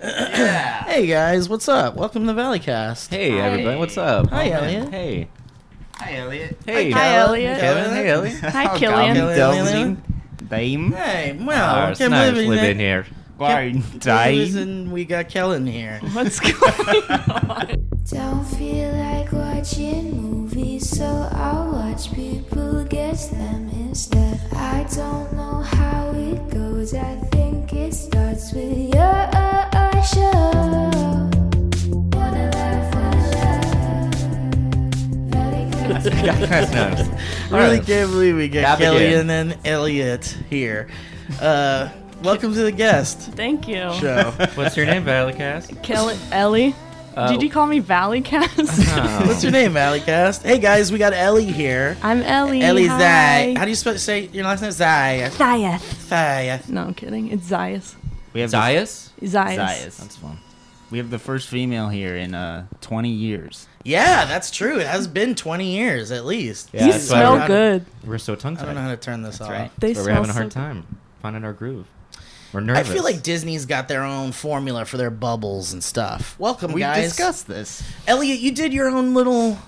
yeah. Hey guys, what's up? Welcome to Valleycast. Hey everybody, what's up? Oh, Hi, man. Elliot. Hey. Hi, Elliot. Hey. Hi, Elliot. Kevin. Hey, Elliot. Hi, Oh, Killian. God. Killian. Dame. Hey, Ah, well, it's can't nice believe it. living here. Can't Can't- believe it, and we got Kellen here. What's going on? Don't feel like watching movies, so I'll watch people guess them instead. I don't know how it goes, I think it starts with your show. Wanna laugh, wanna laugh. Very good. That's nice. really can't believe we got Back again. Killian and Elliot here. Uh, welcome to the guest Thank you. show. What's your name, Valleycast? Kelly, Ellie. Uh, Did you call me Valleycast? oh. What's your name, Valleycast? Hey guys, we got Ellie here. I'm Ellie. Ellie Zai. hi. How do you spell, say your last name? Zai. Zayas. Zai. No, I'm kidding. It's Zayas. We have the, Zaius? Zayas. Zayas. That's fun. We have the first female here in uh, 20 years. Yeah, that's true. It has been 20 years at least. Yeah, you that's why smell we're- good. We're so tongue I don't know tied. how to turn this off. right. They But we're smell having a so hard good. time finding our groove. We're I nervous. feel like Disney's got their own formula for their bubbles and stuff. Welcome, We've guys. discussed this. Elliot, you did your own little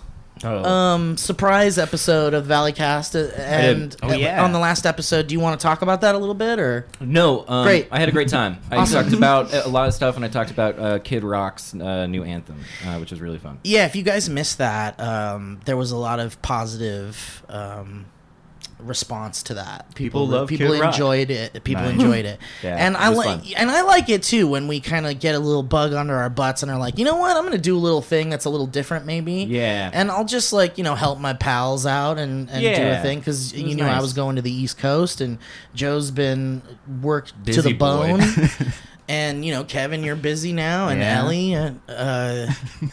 Oh. um, surprise episode of Valleycast, uh, and Oh, yeah. on the last episode, do you want to talk about that a little bit, or no, um, great. I had a great time. I Awesome. talked about a lot of stuff, and I talked about uh, Kid Rock's uh, new anthem, uh, which was really fun. yeah? If you guys missed that, um, there was a lot of positive um, response to that. People love people Kid Rock. enjoyed it. People Nice. enjoyed it, Yeah, and it I was like fun. and I like it too when we kind of get a little bug under our butts and are like, you know what, I'm going to do a little thing that's a little different, maybe. Yeah. and I'll just like you know help my pals out and, and do a Yeah. thing because It you was know I nice. was going to the East Coast and Joe's been worked to Busy the boy. bone, and you know Kevin, you're busy now, and Yeah. Ellie, uh, uh,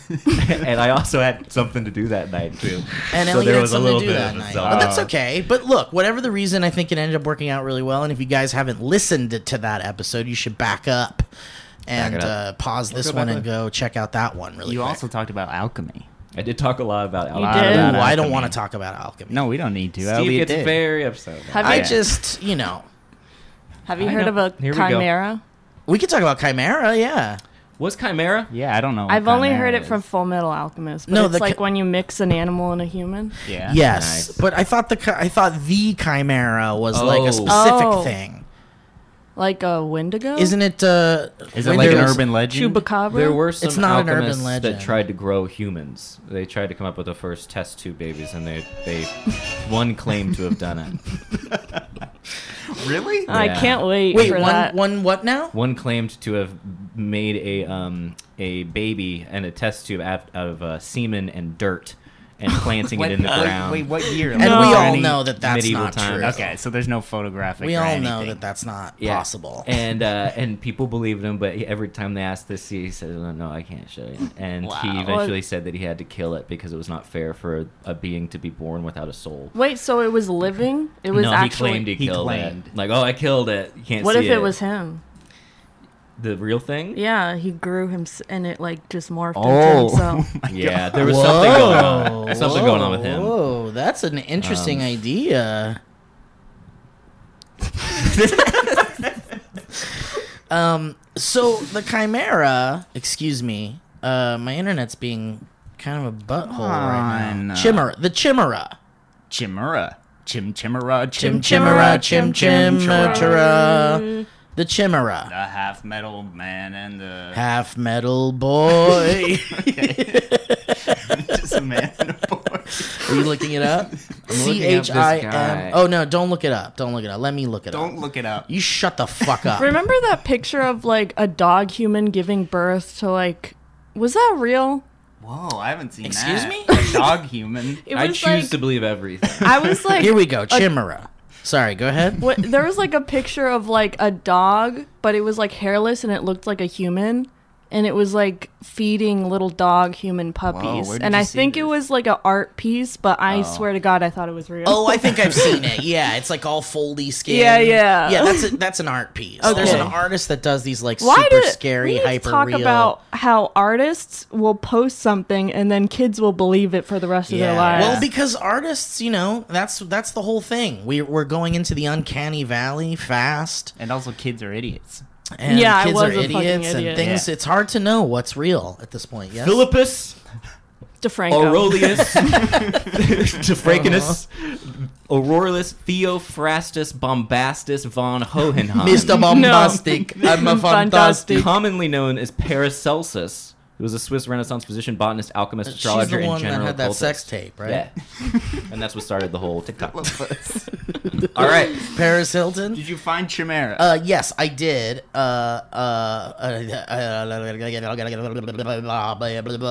and I also had something to do that night too. and So Ellie there had was a something little to do bit that of a night, zone. but that's okay. But look, whatever the reason, I think it ended up working out really well. And if you guys haven't listened to that episode, you should back up and it uh, up. pause this go one back and go check out that one. Really, You quick. also talked about alchemy. I did talk a lot about You alcohol. did? Ooh, about I don't alchemy. want to talk about alchemy. No, we don't need to. Steve Elliot gets did. very upset. about Have that. I you, just you know. have you I heard know. of a Here we go. chimera? We could talk about Chimera, yeah. Was Chimera? Yeah, I don't Oh, know. what I've only Chimera heard it is. from Full Metal Alchemist. But No, it's the like chi- when you mix an animal and a human. Yeah. Yes, Nice. but I thought the chi- I thought the chimera was like a Oh. specific Oh. thing, Like a wendigo? isn't it? Uh, Is it like an Windows- urban legend? Chupacabra? There were some It's not an urban alchemists legend. that tried to grow humans. They tried to come up with the first test tube babies, and they they one claimed to have done it. really? I Yeah. can't wait, Wait, for one that. one what now? One claimed to have made a um a baby and a test tube out out of uh, semen and dirt, and planting it in the ground. Wait, what year? And No. we Is there all any- know that that's medieval not times. true. Okay, so there's no photographic. we or all know anything. that that's not Yeah. possible. And uh, and people believed him, but every time they asked this, he said, "Oh, "No, no, I can't show you." And he Wow. eventually said that he had to kill it because it was not fair for a being to be born without a soul. wait, so it was living? It was no, actually. he claimed he, he killed claimed. it. Like, oh, I killed it. You can't what see if it was him? the real thing? Yeah, he grew him s- and it like just morphed Oh. into himself. My Yeah, God. there was something going on. Something going on with him. Whoa, that's an interesting idea. um, so the chimera, excuse me, uh, my internet's being kind of a butthole right on, now. uh, Chimera, the chimera, Chimera. Chim chimera. chim Chim chimera, chimera. chim chimera, the chimera, The half metal man and the half metal boy. just a man and a boy. Are you looking it up? C looking up this H I guy. M. Oh no! Don't look it up. Don't look it up. Let me look it up. Don't look it up. You shut the fuck up. Remember that picture of like a dog human giving birth to like was that real? Whoa, I haven't seen Excuse that. me? A dog human. It I was choose like to believe everything. I was like Here we go. Chimera. Sorry, go ahead. what, there was like a picture of like a dog, but it was like hairless and it looked like a human. And it was like feeding little dog human puppies. where did and you I see think it this? was like an art piece, but I swear to God, I thought it was real. Oh, I think I've seen it. Yeah, it's like all foldy skin. Yeah, yeah. Yeah, that's a, that's an art piece. There's an Okay. artist that does these like Why super do scary, we need to hyper talk real. about how artists will post something and then kids will believe it for the rest of their lives? Well, because artists, you know, that's that's the whole thing. We we're going into the uncanny valley fast. And also, kids are idiots. and Yeah, I kids was are a fucking idiots and idiot. things. It's hard to know what's real at this point. Yes, Philippus DeFranco. Aurelius Defracinus Uh-huh. Aurorelus Theophrastus Bombastus von Hohenheim. Mr. Bombastic, I'm a fantastic. Fantastic. commonly known as Paracelsus, who was a Swiss Renaissance physician, botanist, alchemist, She's astrologer, the one and that general had that occultist. sex tape, right? Yeah, and that's what started the whole TikTok. All right, Paris Hilton. Did you find Chimera? Uh, yes, I did. Uh,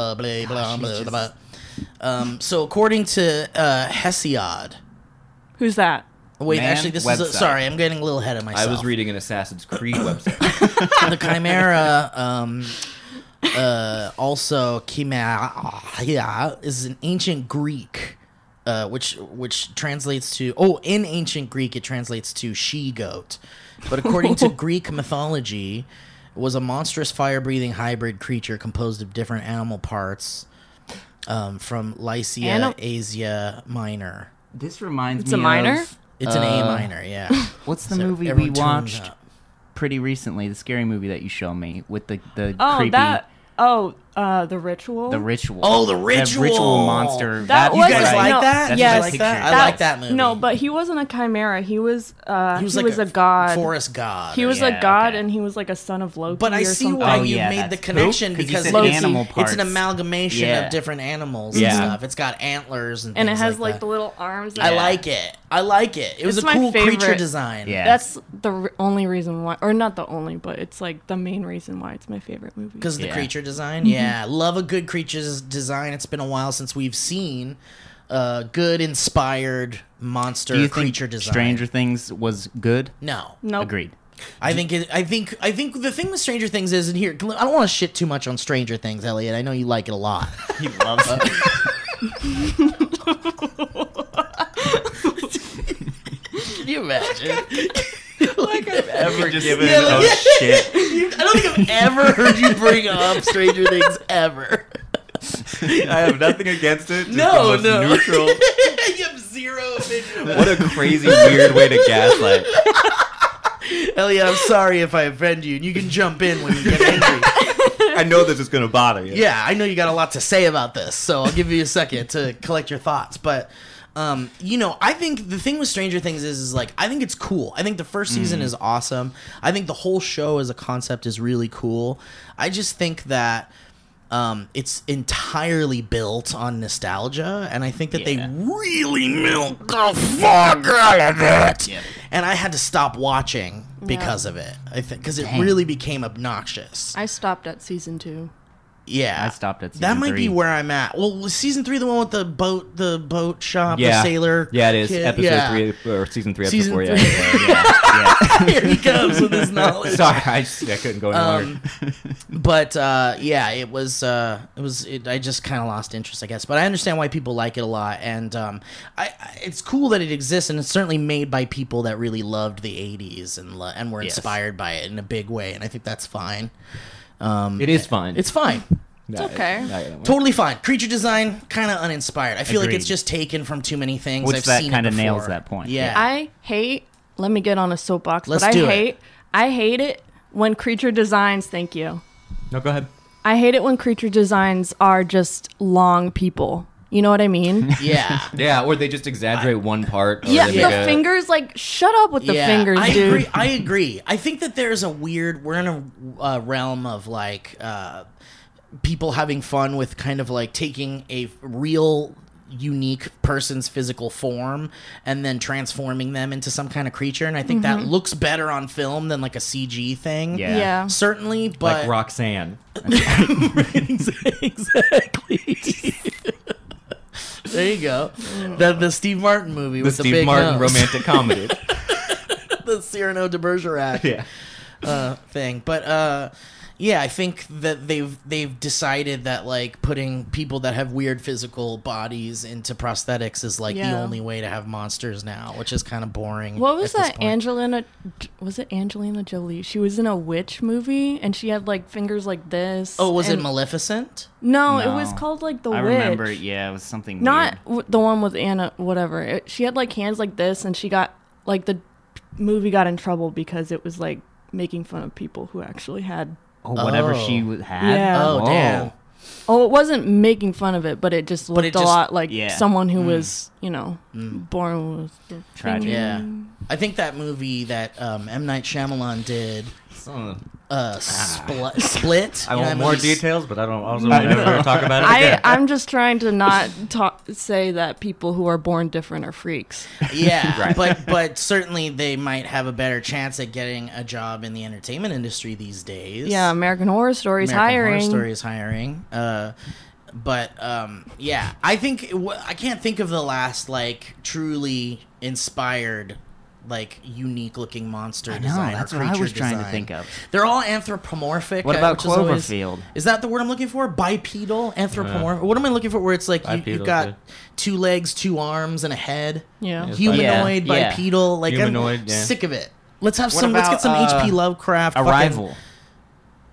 uh, um, so according to uh, Hesiod, Who's that? wait, Man actually, this is a, website. sorry, I'm getting a little ahead of I myself. was reading an Assassin's Creed website. the Chimera. Um, uh, also, Chimera is an ancient Greek. Uh, which which translates to oh in ancient Greek it translates to she goat, but according to Greek mythology, it was a monstrous fire breathing hybrid creature composed of different animal parts um, from Lycia Ani- Asia Minor. this reminds It's me a minor? of It's an A Uh, minor, yeah. what's the So movie we everyone tune watched up. pretty recently? The scary movie that you showed me with the the Oh, creepy that. Oh, uh, the ritual. the ritual. Oh, the That ritual! ritual monster. That You was guys Right. like No, that? yes. You like that? I That- like that movie. No, but he wasn't a chimera. He was. Uh, he was, a, f- god. forest god. He or was Yeah, a god, okay. and he was like a son of Loki. But I or see something. why Oh, you yeah, made the that's- connection Who? 'Cause you because said it's- animal it's an parts. amalgamation Yeah. of different animals Yeah. and stuff. It's got antlers and And it things has like, that. the little arms. I that- like it. I like it. It was It's a my cool creature favorite. design. Yeah. That's the r- only reason why, or not the only, but it's like the main reason why it's my favorite movie. Because the Yeah. creature design, Mm-hmm. yeah, love a good creature's design. It's been a while since we've seen a good inspired monster Do you think creature design. Stranger Things was good? No, Nope. Agreed. I think it, I think I think the thing with Stranger Things is in here. I don't want to shit too much on Stranger Things, Elliot. I know you like it a lot. He loves it. Can you imagine? Ever given Yeah, Oh, like- a "Oh, shit? I don't think I've ever heard you bring up Stranger Things ever. I have nothing against it. just No, the most no. Neutral. you have zero opinion. What a crazy, weird way to gaslight. Elliot, I'm sorry if I offend you, and you can jump in when you get angry. I know this is gonna bother you. yeah, I know you got a lot to say about this, so I'll give you a second to collect your thoughts. But um, you know, I think the thing with Stranger Things is, is like I think it's cool. I think the first season is awesome. I think the whole show as a concept is really cool. I just think that um, it's entirely built on nostalgia, and I think that Yeah. they really milk the fuck out of it. And I had to stop watching because of it. I think because it really became obnoxious. I stopped at season two. Yeah, I stopped at that season might be three. where I'm at. Well, was season three the one with the boat, the boat shop, the Yeah. sailor? Yeah, it is. kid? Episode Yeah. three or season three, Season episode four. three. Yeah. yeah. Here he comes with his knowledge. Sorry, I, just, I couldn't go any Um, longer. But uh, yeah, it was. Uh, it was. It, I just kind of lost interest, I guess. But I understand why people like it a lot, and um, I, I, it's cool that it exists, and it's certainly made by people that really loved the '80s and lo- and were Yes. inspired by it in a big way, and I think that's fine. Um, It is fine. it's fine. it's okay. Totally fine. Creature design, kind of uninspired. I feel like it's Agreed. just taken from too many things. Which I've that seen kinda it before. nails that point. Yeah. I hate. Let me get on a soapbox. Let's but I do it. hate. I hate it when creature designs. Thank you. No, go ahead. I hate it when creature designs are just long people. You know what I mean? yeah. Yeah, or they just exaggerate one part. Or yeah, they the make a- fingers. Like, shut up with the yeah. fingers, I dude. agree. I agree. I think that there's a weird. We're in a uh, realm of like uh, people having fun with kind of like taking a real unique person's physical form and then transforming them into some kind of creature and i think that Mm-hmm. looks better on film than like a cg thing Yeah. Yeah. certainly but Like Roxanne. exactly. there you go. The the Steve Martin movie The with the Steve big Martin nose. romantic comedy. the Cyrano de Bergerac yeah. uh, thing. But uh, yeah, I think that they've they've decided that like putting people that have weird physical bodies into prosthetics is like the Yeah. only way to have monsters now, which is kind of boring. What was at this that point. Angelina? Was it Angelina Jolie? She was in a witch movie and she had like fingers like this. Oh, was it and- Maleficent? No, No. it was called like the I witch. remember. it, Yeah, it was something. Not weird. w- the one with Anna. Whatever. It, she had like hands like this, and she got like the movie got in trouble because it was like making fun of people who actually had. Oh, whatever Oh. she w- had. Yeah. Oh, Whoa. damn. Oh, it wasn't making fun of it, but it just looked it a just- Mm. lot like yeah. someone who was, you know, born with the Tragic. finger. Yeah. I think that movie that um, M. Night Shyamalan did, uh, spl- Split. Ah. I you know want that more movie? details, but I don't also want to talk about it. I, again. I'm just trying to not talk, say that people who are born different are freaks. Yeah, Right. but but certainly they might have a better chance at getting a job in the entertainment industry these days. Yeah, American Horror Story is American hiring. Horror Story is hiring. Uh, but um, yeah, I think it wa- I can't think of the last like truly inspired, like unique looking monster I know. design. or That's what I creature was trying to design. think of. They're all anthropomorphic. What uh, about which is always- Cloverfield? Is that the word I'm looking for? Bipedal, anthropomorphic. what am I looking for? Where it's like you, you've Bipedal, got yeah. two legs, two arms, and a head. Yeah. Yeah, humanoid, yeah. bipedal. Like I'm Humanoid, yeah. sick of it. Let's have What some. let's get some about, H.P. uh, Lovecraft. fucking- Arrival.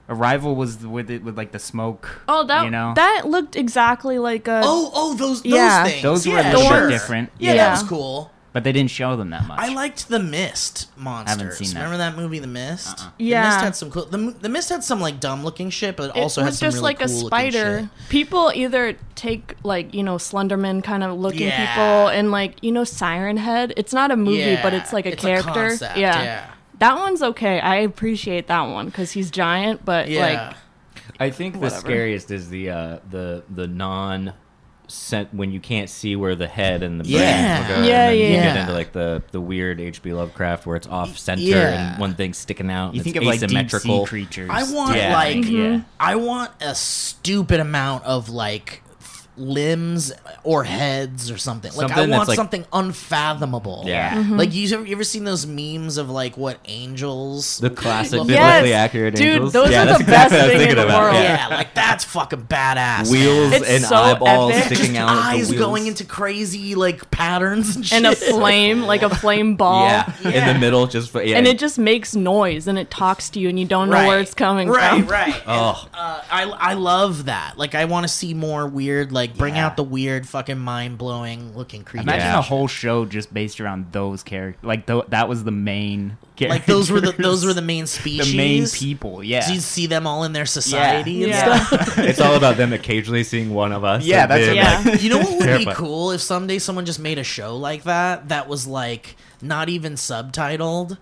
Arrival was the- with it with like the smoke. Oh, that you know that looked exactly like a. Oh, oh, those, those Yeah. things. Those were a yeah, little bit sure. different. Yeah, Yeah. that was cool. but they didn't show them that much. I liked the Mist monsters. seen that. Uh-uh. Remember that movie, The Mist? the Yeah. Mist had some cool. The, the Mist had some like dumb looking shit, but it It also had was some just really like a cool-looking spider. shit. People either take like you know Slenderman kind of looking Yeah. people and like you know Siren Head. It's not a movie, but Yeah, it's like a it's a character. concept, yeah. that one's okay. I appreciate that one because he's giant, but Yeah, like I think the Whatever. scariest is the uh, the the non sent when you can't see where the head and the brain Yeah. will go, and Yeah, then you yeah. get into like the the weird H.P. Lovecraft where it's off center yeah. and one thing's sticking out. And you it's think of like deep sea asymmetrical. creatures. I want Yeah. like Mm-hmm. Yeah. I want a stupid amount of like f- limbs or heads or something. Like Something I that's, want like- something unfathomable. Yeah. Mm-hmm. Like you ever, you ever seen those memes of like what angels? the classic Yes, biblically accurate dude, angels. those yeah, are that's the exactly best what I was thing in thinking the about. world. Yeah. Yeah, like that's fucking badass. Wheels It's and so eyeballs epic. sticking Just out. of eyes the wheels. going into crazy like patterns and shit. and a flame, like a flame ball. yeah, in the middle, just for, yeah. And it just makes noise and it talks to you and you don't know where it's coming right, from. Right, right. Oh. uh, I I love that. Like I want to see more weird. Like bring Yeah. out the weird, fucking mind blowing looking creatures. Imagine Yeah. a whole show just based around those characters. Like tho- that was the main. Characters. Like those were the those were the main the species. main people. Yeah. So you see them all in their society and Yeah. stuff. it's all about them occasionally seeing one of us. Yeah, and that's being what- like, Yeah. You know what would be Terrifying. cool if someday someone just made a show like that that was like not even subtitled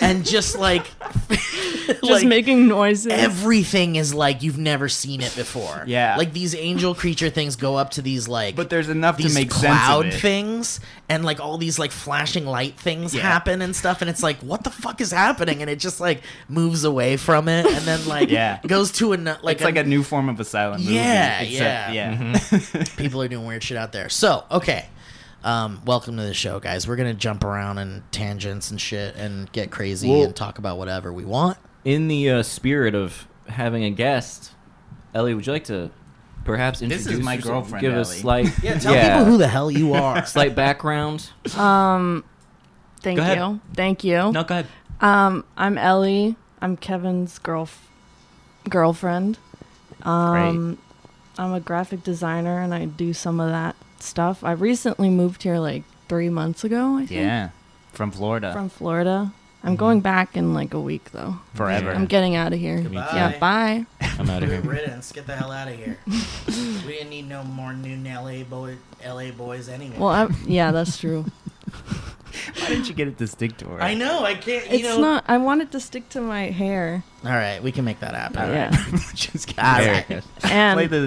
and just like just Just making noises. everything is like you've never seen it before. Yeah. Like these angel creature things go up to these like But there's enough to these make sense of cloud it. things and like all these like flashing light things Yeah. happen and stuff and it's like what the fuck is happening and it just like moves away from it and then like Yeah. goes to an like, it's like a new form of a silent movie. Yeah, yeah. except, yeah. Mm-hmm. people are doing weird shit out there. So okay. Um, welcome to the show, guys. We're gonna jump around in tangents and shit, and get crazy Well- and talk about whatever we want. in the uh, spirit of having a guest, Ellie, would you like to perhaps This is introduce my yourself? girlfriend, Give a Ellie. slight yeah, Tell people who the hell you are. slight background. Thank Go ahead. you. Thank you. Um, No, go ahead. I'm Ellie. I'm Kevin's girlf- girlfriend. Um, I'm a graphic designer and I do some of that stuff. I recently moved here like three months ago, I think. Yeah. From Florida. From Florida. I'm going back in like a week though. Forever. I'm getting out of here. Goodbye. Yeah, bye. I'm out of here. riddance. Get the hell out of here. we didn't need no more new LA boy, LA boys anyway. Well, I, yeah, that's true. Why didn't you get it to stick to her? I know. I can't. You It's know. not. I wanted to stick to my hair. All right, we can make that happen. Yeah. just kidding. All There right. it goes. And Play the.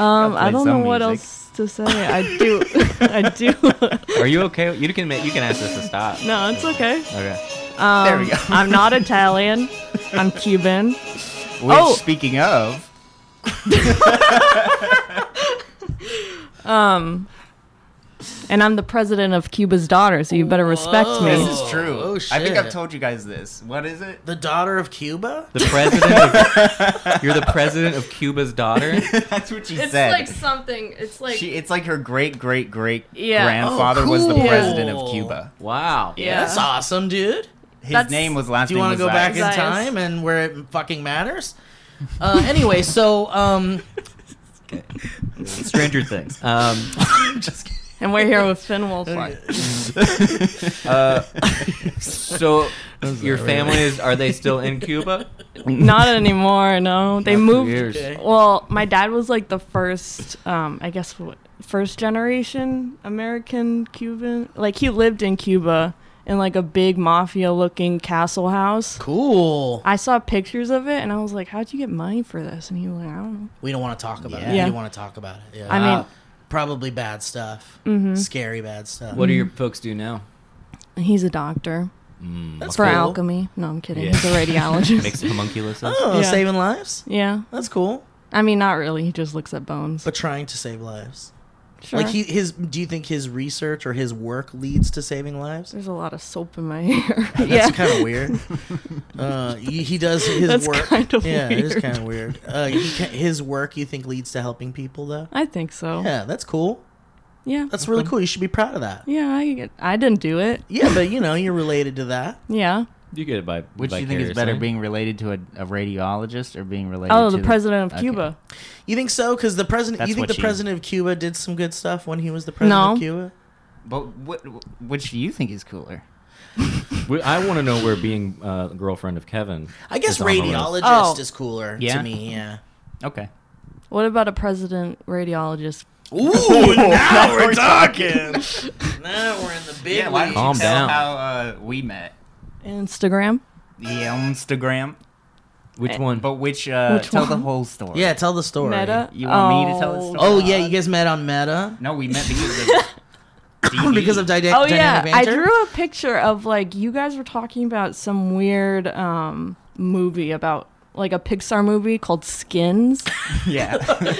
um, play I don't know some what music. else to say. I do. I do. Are you okay? You can make, you can ask us to stop. no, it's okay. Okay. Um, There we go. I'm not Italian. I'm Cuban. Which, Oh. speaking of, And I'm the president of Cuba's daughter, so you better respect this me. is true. Oh, I think I've shit. told you guys this. What is it? The daughter of Cuba. The president. Of, you're the president of Cuba's daughter. That's what she said. something. It's like she, it's like her great great great Yeah. grandfather Oh, was the cool. president of Cuba. Wow. Yeah. That's awesome, dude. His That's- name was last Do you name want to was go back Zach. in Zayas. time and where it fucking matters? Uh, anyway, so um, Stranger Things. Um, and we're here with Finn Wolfhard. uh, So your family is are they still in Cuba? Not anymore. No, they Not for moved. years. Okay. Well, my dad was like the first, um, I guess, what, first generation American Cuban. Like he lived in Cuba in like a big mafia-looking castle house. Cool. I saw pictures of it and I was like, "How'd you get money for this?" And he was like, "I don't know." We don't want to talk about it. Yeah. We don't want to talk about it. Yeah. Uh, I mean, Mm-hmm. probably bad stuff. Scary bad stuff. What do your folks do now? he's a doctor That's for cool. alchemy. No, I'm kidding. Yeah. He's a radiologist. Makes homunculus. Oh, Yeah. saving lives. yeah, That's cool. I mean, not really. He just looks at bones. But trying to save lives. sure. Like he, his. Do you think his research or his work leads to saving lives? There's a lot of soap in my hair. yeah. That's kind of weird. Uh, he, he does his That's work. kind of yeah, it is weird. kind of weird. Uh, he, ca- his work, you think, leads to helping people, though. I think so. Yeah, that's cool. Yeah. That's really cool. You should be proud of that. Yeah, I, I didn't do it. Yeah, but you know, you're related to that. Yeah. You get it by Which do you think is better, being related to a, a radiologist or being related? Oh, to the president of okay. Cuba. You think so? Because the president, That's you think what the she- president of Cuba did some good stuff when he was the president No. of Cuba. But what? Which do you think is cooler? We- I want to know where being uh, girlfriend of Kevin. I guess is on the list. radiologist Oh. is cooler Yeah? to me. Yeah. Okay. What about a president radiologist? Ooh, now we're talking. now we're in the big Yeah, why don't you Calm tell down. how uh, we met? Instagram? The Instagram. Which one? But which? Uh, Which tell the one? whole story. Yeah, tell the story. Meta? You want me to tell the Oh. story? Oh yeah, you guys met on Meta No, we met because of E. DV. because of dyna- Oh, yeah. dynamic I banter? drew a picture of, like, you guys were talking about some weird um, movie about, like, a Pixar movie called Skins. yeah.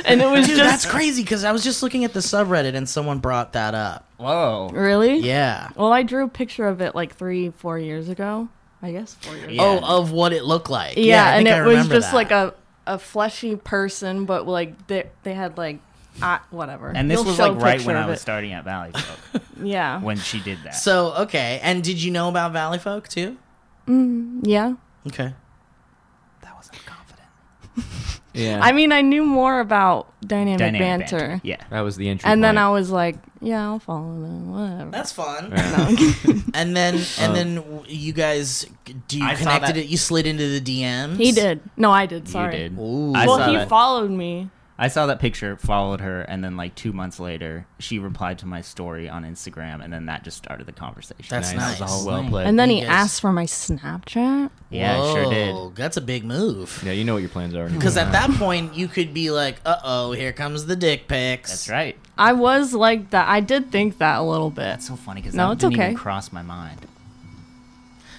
And it was Dude, that's just. crazy because I was just looking at the subreddit and someone brought that up. Whoa. Really? Yeah. Well, I drew a picture of it, like, three, four years ago. I guess four years Yeah. ago. Oh, of what it looked like. Yeah, I and think I it was remember just that. like a a fleshy person, but like they they had like uh, whatever. And this You'll was show like a right picture when I of was it. starting at Valley Folk Yeah, when she did that. So okay, and did you know about Valley Folk too? yeah. Okay. that was confident. yeah. I mean, I knew more about dynamic, Dynamic banter, Yeah. that was the entry. and then point. I was like, yeah, I'll follow them, whatever. That's fun. No. And then Um, and then w- you guys do you I saw connected that- it? You slid into the DMs. he did. No, I did. Sorry. did. Ooh. I Well, saw he that. followed me. I saw that picture, followed her, and then like two months later, she replied to my story on Instagram, and then that just started the conversation. That's Nice. nice. That was all well played. And then He he is. asked for my Snapchat. yeah, I sure did. Whoa, That's a big move. yeah, you know what your plans are. Uh, Because at that point you could be like, uh oh, here comes the dick pics. That's right. I was like that. I did think that a little bit. That's so funny because No, that it's didn't okay. even cross my mind.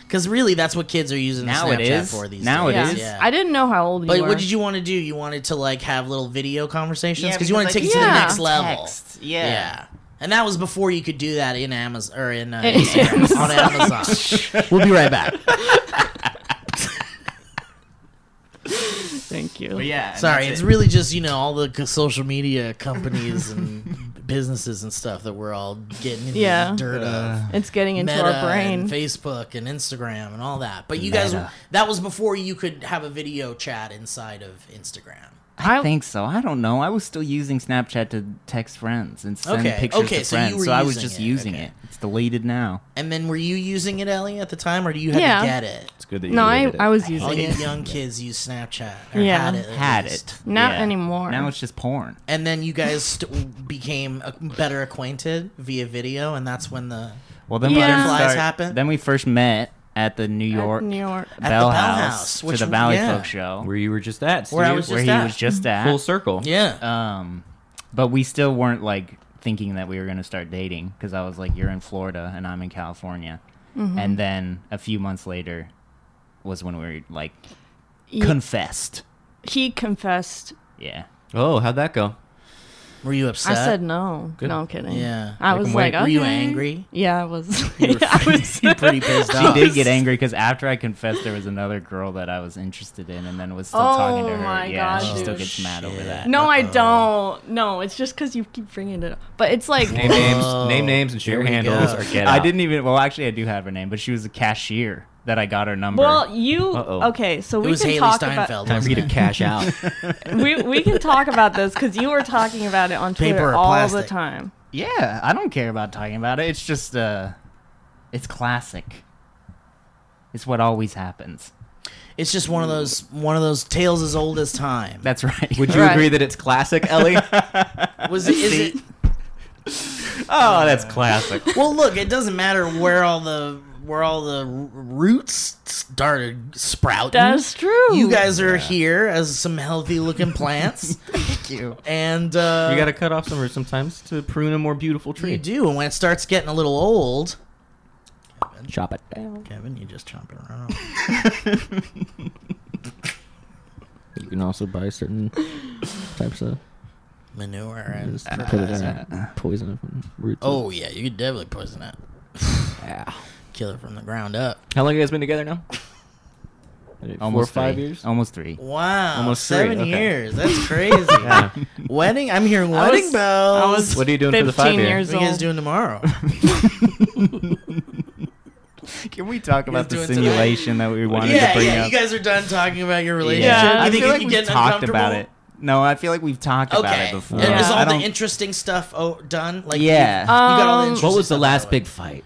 Because really, that's what kids are using Now the it Snapchat is. for these Now days. it yeah. is. Yeah. I didn't know how old you But were. what did you want to do? You wanted to like have little video conversations Yeah, because you want to because, take like, it to the yeah. next level. Text, Yeah. yeah. And that was before you could do that in Amazon or in uh, In Instagram, on Amazon. we'll be right back. Thank you. But yeah. and Sorry, that's it's it. really just you know all the c- social media companies and businesses and stuff that we're all getting in Yeah. the dirt of. It's getting into Meta our brain. and Facebook and Instagram and all that. But you guys, Meta. that was before you could have a video chat inside of Instagram. I, I- think so. I don't know. I was still using Snapchat to text friends and send Okay, pictures okay, to so you friends, so, were I was using just it, using okay. it. It's deleted now. And then were you using it, Ellie, at the time, or do you have Yeah. to get it? It's good that you No, I, deleted it. I was All using you it. young kids use Snapchat. Or Yeah. had it. at Had least. it. Not anymore. Now it's just porn. And then you guys st- became uh, better acquainted via video, and that's when the Well, then Yeah. we didn't Butterflies start- happen? Then we first met at the New York, New York. the Bell Bell, House, House, to which the we- Valley yeah. Folk Show, where you were just at. Where I Steve. was where just he at. was just at. full circle. yeah. Um, but we still weren't like thinking that we were gonna start dating because I was like, "You're in Florida and I'm in California," Mm-hmm. Mm-hmm. and then a few months later was when we were like He, confessed. he confessed. Yeah. Oh, how'd that go? were you upset? I said no. Good. No, I'm kidding. Yeah. I Make was him like, wait. okay. Were you angry? Yeah, I was. I was Pretty pissed She off. did get angry because after I confessed, there was another girl that I was interested in, and then was still talking to Oh her. my yeah, gosh, she still dude. gets mad over Shit. that. no, I Uh-oh. don't. No, it's just because you keep bringing it up. But it's like, Name names, name names, and Here share we handles go. or get I out. didn't even. Well, actually, I do have her name, but she was a cashier that I got her number. well, you Uh-oh. okay? So It we was can Haley talk Steinfeld. Time for you wasn't to cash out. about we we can talk about this because you were talking about it on Paper Twitter or all the plastic? time. Yeah, I don't care about talking about it. It's just uh it's classic. It's what always happens. It's just one of those one of those tales as old as time. That's right. e- Would you Right. agree that it's classic, Ellie? was it, is it? oh, that's classic. Well, look, it doesn't matter where all the where all the r- roots started sprouting. That's true. Mm-hmm. You guys are here as some healthy looking plants, Thank you. and uh, You got to cut off some roots sometimes to prune a more beautiful tree. you do. And when it starts getting a little old, Chop it down. Kevin, you just chomp it around. You can also buy certain types of Manure and put it in poison roots. oh yeah, you could definitely poison it, kill it from the ground up. How long you guys been together now? Almost Four or five three. years. Almost three. Wow, Almost three, seven okay. years. That's crazy. Wedding. I'm hearing I wedding was- bells. I was What are you doing for 15 the five year? years what are you guys old. doing tomorrow? Can we talk about do the it tonight. simulation that we wanted to yeah, bring yeah. up? You guys are done talking about your relationship. Yeah, You I think feel it like can we've get talked about uncomfortable? it. No, I feel like we've talked about Okay. it before. And Is Yeah. I all the don't- interesting stuff oh, done? Like yeah. You, you got all the Um, interesting What was the stuff last out. big fight?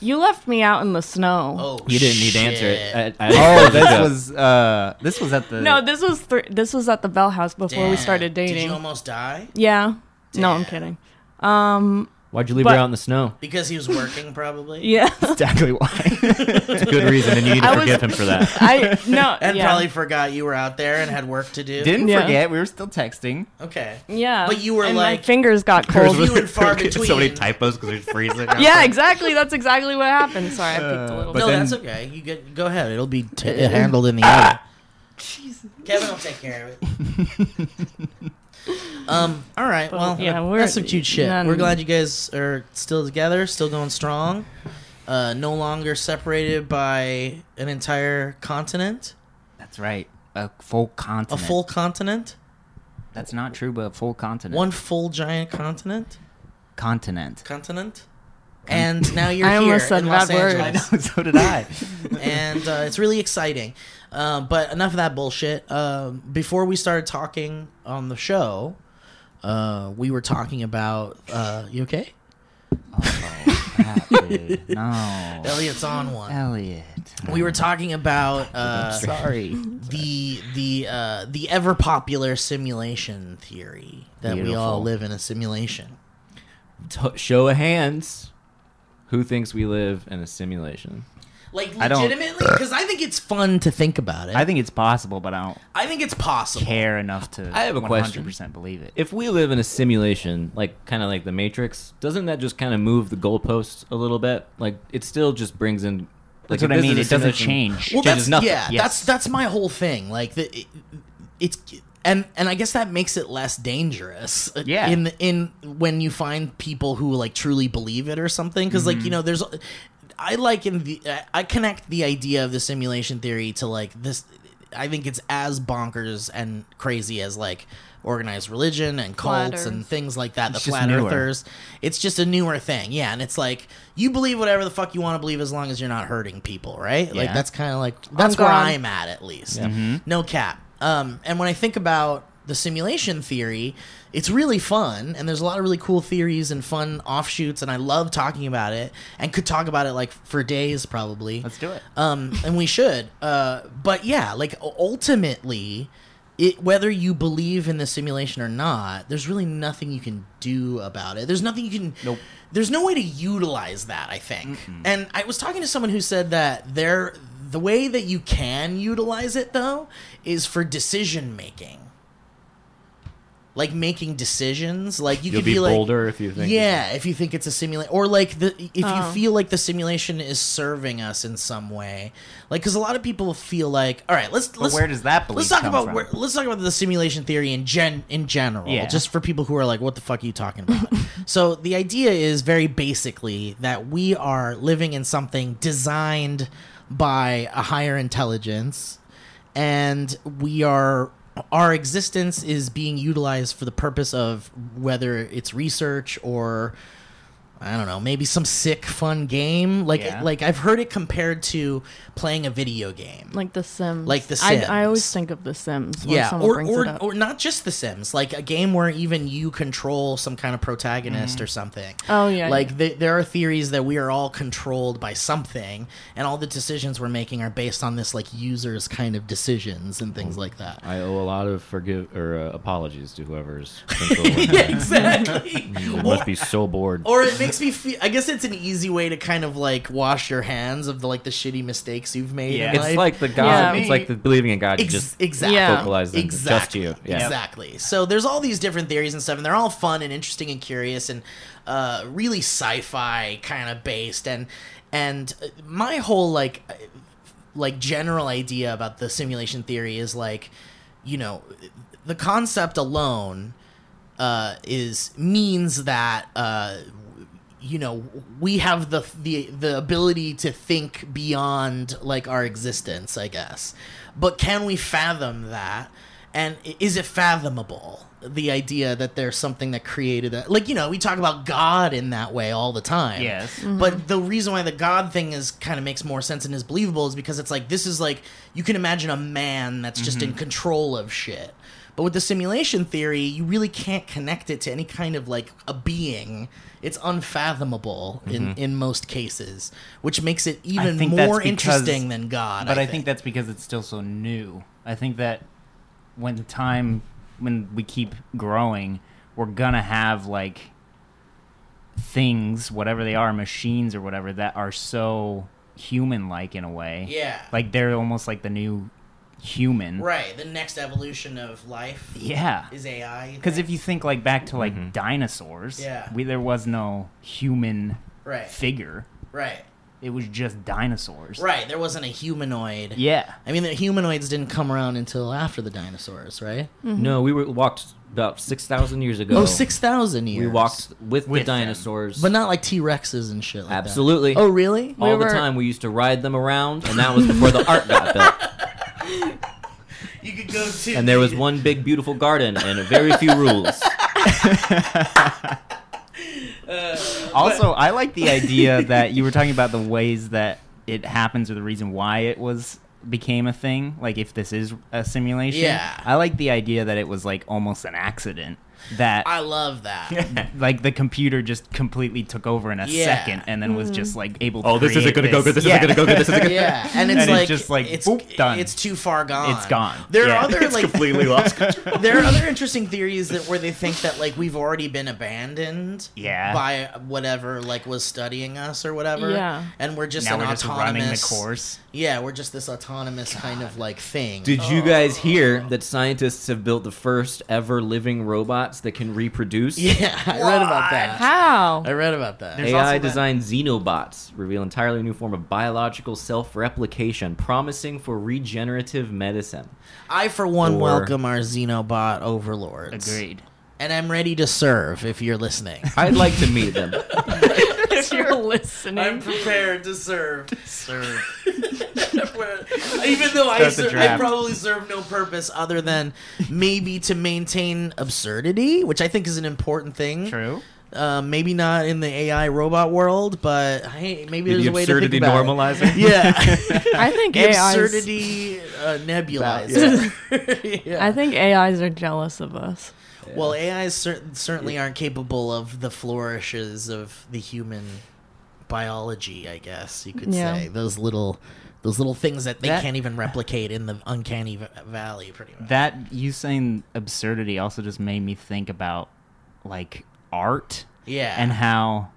You left me out in the snow. Oh, You didn't need to answer shit. it. uh, I, oh, this was uh this was at the No, this was thr this was at the Bell House before we Damn. started dating. Did you almost die? yeah. No, I'm Damn. kidding. Um, Why'd you leave but- her out in the snow? Because he was working, probably. yeah. exactly why. It's a good reason, and you need to I was- forgive him for that. I no. And yeah. probably forgot you were out there and had work to do. Didn't Yeah. forget, we were still texting. okay. Yeah. But you were and like- my fingers got cold. Few and far so many between. typos because it's freezing. yeah, exactly. That's exactly what happened. Sorry, I peeked a little But no, bit. then- that's okay. You get, go ahead. It'll be t- handled in the Uh, hour. Kevin will take care of it. um. All right. But, well, yeah, yeah, we're- that's some cute shit. none- We're glad you guys are still together, still going strong. Uh, no longer separated by an entire continent, That's right. A full a continent. full continent, That's not true, but a full continent. one full giant continent, continent. continent. And now you're I here almost said in bad Los Angeles. words. I know, so did I. and uh, it's really exciting. Um, but enough of that bullshit. Um, before we started talking on the show, uh, we were talking about. Uh, you okay? Crap, dude. Oh, no. Elliot's on one. Elliot. We Mm. were talking about uh, Sorry. the the uh, the ever popular simulation theory that we all Beautiful. live in a simulation. T- show of hands. Who thinks we live in a simulation? Like I don't- legitimately, because I think it's fun to think about it. I I, think it's possible, but I don't think it's possible. care enough to I have a question. 100% believe it. If we live in a simulation, like kind of like the Matrix, doesn't that just kind of move the goalposts a little bit? Like it still just brings in. Like, That's what I this mean. It is a doesn't simulation- change. well, changes that's, nothing. Yeah, Yes. that's that's my whole thing. Like the, it, it's and and I guess that makes it less dangerous. uh, Yeah. In in when you find people who like truly believe it or something, because like you know, there's. I like in the I- I connect the idea of the simulation theory to like this. I think it's as bonkers and crazy as like organized religion and Flat cults and Earth. things like that. The just flat newer. earthers. It's just a newer thing, yeah. And it's like you believe whatever the fuck you want to believe as long as you're not hurting people, right? Like Yeah. Mm-hmm. that's kind of like that's where gone. I'm at at least. No cap. Um, and when I think about the simulation theory, it's really fun, and there's a lot of really cool theories and fun offshoots, and I love talking about it, and could talk about it like for days probably. Let's do it. Um, and we should. Uh, but yeah, like u- ultimately, it whether you believe in the simulation or not, there's really nothing you can do about it. There's nothing you can. Nope. There's no way to utilize that. I think. And I was talking to someone who said that there, the way that you can utilize it though, is for decision making. Like making decisions, like you You'll could be, be like, bolder if you think. yeah, if you think it's a simulation, or like the if Oh. you feel like the simulation is serving us in some way, like because a lot of people feel like, all right, let's But let's where does that belief let's talk come about from? where, let's talk about the simulation theory in gen in general, Yeah. just for people who are like, what the fuck are you talking about? so the idea is very basically that we are living in something designed by a higher intelligence and we are our existence is being utilized for the purpose of whether it's research or I don't know, maybe some sick fun game. Like Yeah. like I've heard it compared to playing a video game. Like The Sims. Like The I, I always Sims. think of The Sims when yeah, someone or brings it or, up. or not just The Sims, like a game where even you control some kind of protagonist or something. Oh, yeah, Like th- there are theories that we are all controlled by something, and all the decisions we're making are based on this like users kind of decisions and things like that. I owe a lot of forgive or uh, apologies to whoever's controlling yeah, that. exactly. You must be so bored. or it makes me feel. I guess it's an easy way to kind of like wash your hands of the like the shitty mistakes you've made. Yeah. in it's life. like the God. Yeah. It's like the believing in God. You Ex- just exactly. Yeah. vocalize them, just Exactly. you. Yeah. Exactly. So there's all these different theories and stuff, and they're all fun and interesting and curious and uh, really sci-fi kind of based. And and uh, my whole like uh, like general idea about the simulation theory is like, you know, the concept alone uh, is means that. Uh, you know we have the the the ability to think beyond like our existence i guess but can we fathom that and i- is it fathomable the idea that there's something that created that like you know we talk about god in that way all the time Yes. Mm-hmm. but the reason why the god thing is kind of makes more sense and is believable is because it's like this is like you can imagine a man that's just Mm-hmm. in control of shit but with the simulation theory, you really can't connect it to any kind of like a being. It's unfathomable in, in most cases, which makes it even Mm-hmm. think more that's because- interesting than God. But I, think that's because it's still so new. I think that when the time when we keep growing, we're gonna have like things, whatever they are, machines or whatever, that are so human like in a way. Yeah. Like they're almost like the new human. right. The next evolution of life Yeah. is AI. Because if you think like back to like dinosaurs, Yeah. we, there was no human right, figure. right, It was just dinosaurs. right, there wasn't a humanoid. Yeah. I mean, the humanoids didn't come around until after the dinosaurs, right? No, we were, walked about six thousand years ago. Mm-hmm. Oh, 6,000 years. We walked with, With the them. dinosaurs. But not like T Rexes and shit like that. Absolutely. Oh, really? all We the were- time. We used to ride them around, and that was before the art got built. You could go to. And there was one big beautiful garden and very few rules. Also, I like the idea that you were talking about the ways that it happens or the reason why it was became a thing. Like if this is a simulation, Yeah. I like the idea that it was like almost an accident that I love that. like the computer just completely took over in a Yeah. second and then was just like able. to Oh, this isn't going gonna to go good, this isn't gonna go good, this isn't gonna- yeah, and it's And it's like just like, it's boop, done. It's too far gone. It's gone. There Yeah. are other It's like Completely lost control. there are other interesting theories that where they think that like we've already been abandoned. Yeah. By whatever like was studying us or whatever. Yeah. And we're just Now an we're just running the autonomous. course. Yeah, we're just this autonomous kind of like thing. Did you guys hear that scientists have built the first ever living robots that can reproduce? Yeah, I read about that. How? I read about that. There's AI also that- designed xenobots reveal entirely new form of biological self-replication, promising for regenerative medicine. I for one Or- welcome our Xenobot overlords. Agreed. And I'm ready to serve if you're listening. I'd like to meet them. if you're listening. prepared to serve. Serve. Even though I, Start the ser- I draft. probably serve no purpose other than maybe to maintain absurdity, which I think is an important thing. True. Uh, maybe not in the AI robot world, but hey, maybe there's the a way to think absurdity about it. normalizing. Yeah, I think the AIs. absurdity uh, nebulizer. Yeah. I think AIs are jealous of us. Well, AIs cer- certainly aren't capable of the flourishes of the human biology. I guess you could Yeah. say those little, those little things that they That- can't even replicate in the uncanny v- valley. Pretty much. That you saying absurdity also just made me think about like art yeah. and how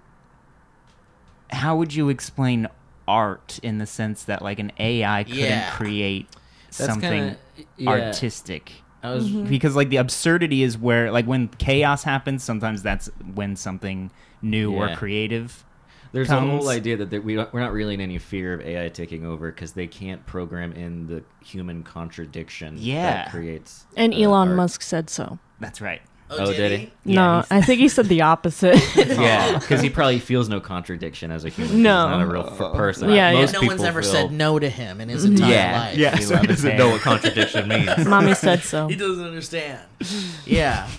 how would you explain art in the sense that like an AI couldn't Yeah. create That's something kinda- yeah. artistic? I was Mm-hmm. Because like the absurdity is where like when chaos happens, sometimes that's when something new Yeah. or creative. There's a comes- whole idea that there- we don't, we're not really in any fear of AI taking over because they can't program in the human contradiction Yeah. that creates. And uh, Elon art. Musk said so. That's right. Oh, did he? no, he's- I think he said the opposite. Yeah, because he probably feels no contradiction as a human. No. being. he's not a real f- person. Yeah, yeah. Most no one's people ever feel- said no to him in his entire Yeah, life. Yeah, so he doesn't know what contradiction means. Mommy said so. He doesn't understand. Yeah.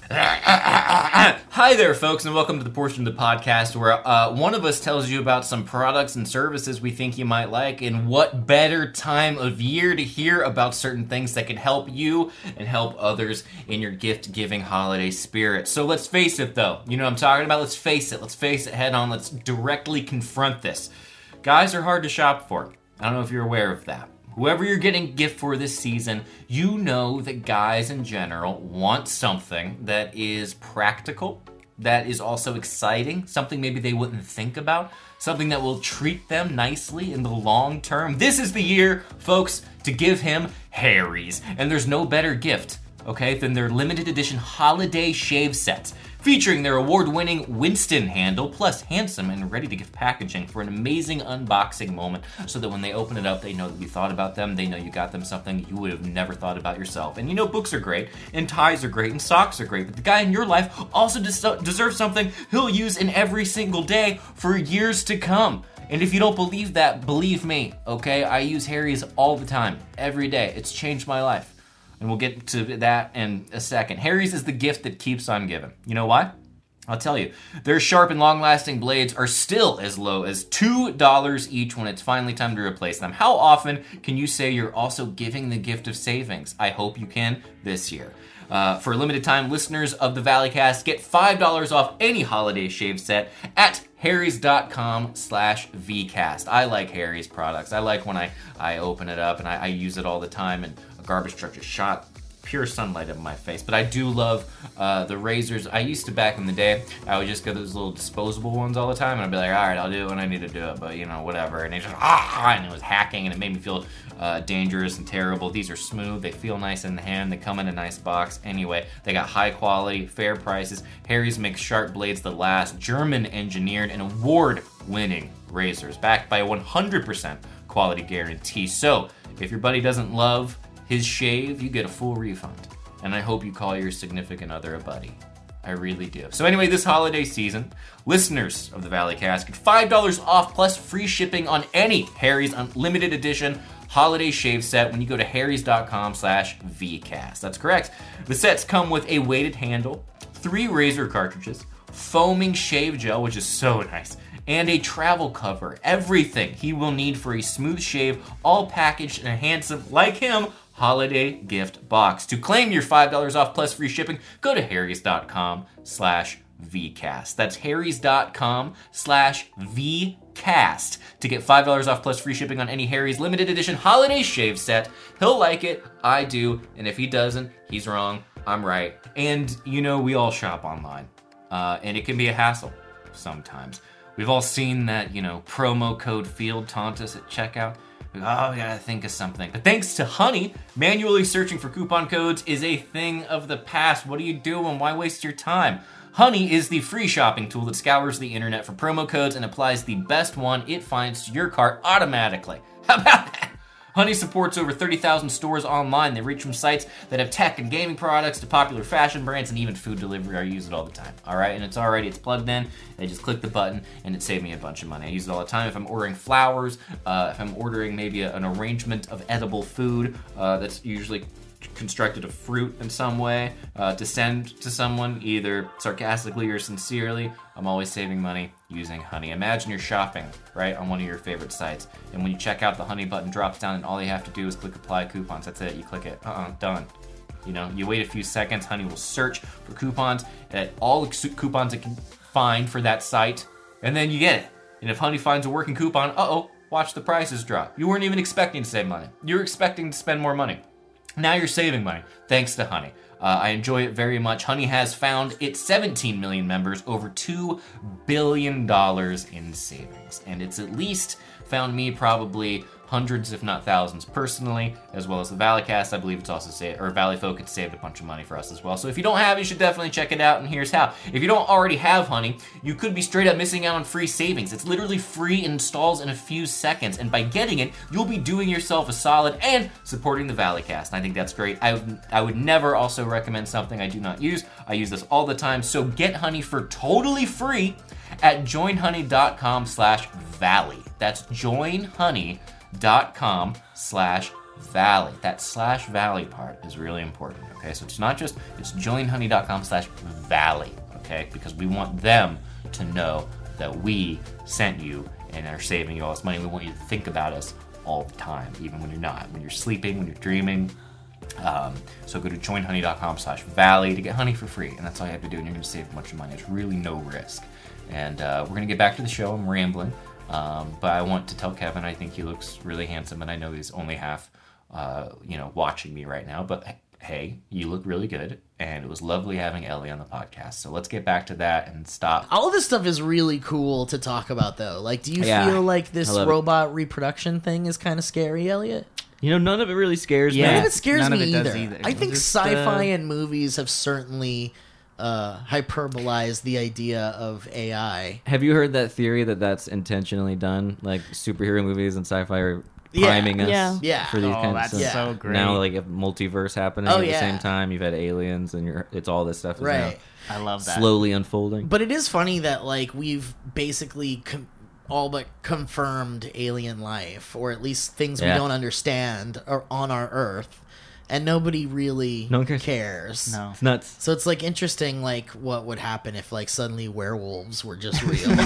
Ah, Hi there, folks, and welcome to the portion of the podcast where uh, one of us tells you about some products and services we think you might like, and what better time of year to hear about certain things that can help you and help others in your gift giving holiday spirit. So let's face it, though. You know what I'm talking about? Let's face it. Let's face it head on. Let's directly confront this. Guys are hard to shop for. I don't know if you're aware of that. Whoever you're getting gift for this season, you know that guys in general want something that is practical, that is also exciting, something maybe they wouldn't think about, something that will treat them nicely in the long term. This is the year, folks, to give him Harry's, and there's no better gift okay, than their limited edition holiday shave sets, featuring their award winning Winston handle, plus handsome and ready to give packaging for an amazing unboxing moment so that when they open it up, they know that we thought about them, they know you got them something you would have never thought about yourself. And you know, books are great, and ties are great, and socks are great, but the guy in your life also des- deserves something he'll use in every single day for years to come. And if you don't believe that, believe me, okay? I use Harry's all the time, every day. It's changed my life. And we'll get to that in a second. Harry's is the gift that keeps on giving. You know why? I'll tell you. Their sharp and long lasting blades are still as low as $2 each when it's finally time to replace them. How often can you say you're also giving the gift of savings? I hope you can this year. Uh, for a limited time, listeners of the Valleycast get $5 off any holiday shave set at harrys.com slash vcast. I like Harry's products. I like when I, I open it up and I, I use it all the time and a garbage truck just shot pure sunlight in my face. But I do love uh, the razors. I used to back in the day, I would just get those little disposable ones all the time, and I'd be like, all right, I'll do it when I need to do it, but you know, whatever. And it just ah, and it was hacking, and it made me feel uh, dangerous and terrible. These are smooth. They feel nice in the hand. They come in a nice box. Anyway, they got high quality, fair prices. Harry's makes sharp blades that last, German engineered, and award-winning razors, backed by a 100% quality guarantee. So if your buddy doesn't love his shave, you get a full refund. And I hope you call your significant other a buddy. I really do. So anyway, this holiday season, listeners of the Valley Cast get five dollars off plus free shipping on any Harry's Unlimited Edition holiday shave set when you go to harrys.com slash vcast. That's correct. The sets come with a weighted handle, three razor cartridges, foaming shave gel, which is so nice, and a travel cover. Everything he will need for a smooth shave, all packaged in a handsome, like him, holiday gift box. To claim your $5 off plus free shipping, go to harrys.com slash vcast. That's harrys.com slash vcast to get $5 off plus free shipping on any Harry's limited edition holiday shave set. He'll like it, I do, and if he doesn't, he's wrong, I'm right. And you know, we all shop online, uh, and it can be a hassle sometimes. We've all seen that, you know, promo code field taunt us at checkout. We go, Oh, we gotta think of something. But thanks to Honey, manually searching for coupon codes is a thing of the past. What are you doing? Why waste your time? Honey is the free shopping tool that scours the internet for promo codes and applies the best one it finds to your cart automatically. How about that? Honey supports over 30,000 stores online. They reach from sites that have tech and gaming products to popular fashion brands and even food delivery. I use it all the time. All right, and it's already it's plugged in. I just click the button and it saved me a bunch of money. I use it all the time if I'm ordering flowers, uh, if I'm ordering maybe a- an arrangement of edible food uh, that's usually constructed of fruit in some way uh, to send to someone, either sarcastically or sincerely. I'm always saving money using Honey. Imagine you're shopping, right, on one of your favorite sites, and when you check out, the Honey button drops down, and all you have to do is click Apply Coupons. That's it. You click it. Uh-uh, done. You know, you wait a few seconds, Honey will search for coupons at all the su- coupons it can find for that site, and then you get it. And if Honey finds a working coupon, uh-oh, watch the prices drop. You weren't even expecting to save money. You were expecting to spend more money. Now you're saving money thanks to Honey. Uh, I enjoy it very much. Honey has found its 17 million members over $2 billion in savings. And it's at least found me probably hundreds, if not thousands, personally, as well as the Valleycast. I believe it's also saved, or Valley Folk, it's saved a bunch of money for us as well. So if you don't have, it, you should definitely check it out. And here's how: if you don't already have Honey, you could be straight up missing out on free savings. It's literally free installs in a few seconds, and by getting it, you'll be doing yourself a solid and supporting the Valleycast. And I think that's great. I would- I would never also recommend something I do not use. I use this all the time. So get Honey for totally free at joinhoney.com slash valley. That's joinhoney.com slash valley. That slash valley part is really important, okay? So it's not just, it's joinhoney.com slash valley, okay? Because we want them to know that we sent you and are saving you all this money. We want you to think about us all the time, even when you're not, when you're sleeping, when you're dreaming, um, so go to joinhoney.com slash valley to get honey for free. And that's all you have to do. And you're going to save a bunch of money. It's really no risk. And uh, we're going to get back to the show. I'm rambling. Um, but I want to tell Kevin, I think he looks really handsome. And I know he's only half, uh, you know, watching me right now. But h- hey, you look really good. And it was lovely having Ellie on the podcast. So let's get back to that and stop. All this stuff is really cool to talk about, though. Like, do you Yeah. feel like I this love it. robot reproduction thing is kind of scary, Elliot? You know, none of it really scares Yeah. me. None of it scares none of me it does either. either. I think Just, sci-fi uh, and movies have certainly uh, hyperbolized the idea of AI. Have you heard that theory that that's intentionally done? Like superhero movies and sci-fi are Yeah. priming us Yeah. Yeah. for these oh, kinds that's of Yeah. stuff. so great. Now, like if multiverse happening Oh, at yeah. the same time, you've had aliens and you're it's all this stuff is Right. I love now that. slowly unfolding. But it is funny that like we've basically com- all but confirmed alien life, or at least things Yeah. we don't understand are on our Earth, and nobody really No one cares. No. it's nuts. So it's like interesting, like what would happen if like suddenly werewolves were just real,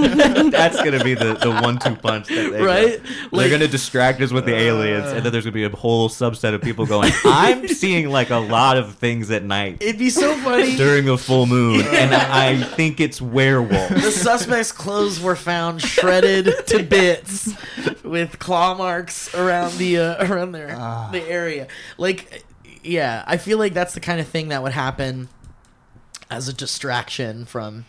That's gonna be the, the one two punch, that they right? They're gonna distract us with the aliens, and then there's gonna be a whole subset of people going. I'm seeing like a lot of things at night It'd be so funny. during a full moon, and I think it's werewolves. The suspect's clothes were found shredded to bits, with claw marks around the uh, around their Ah. the area. Like, yeah, I feel like that's the kind of thing that would happen as a distraction from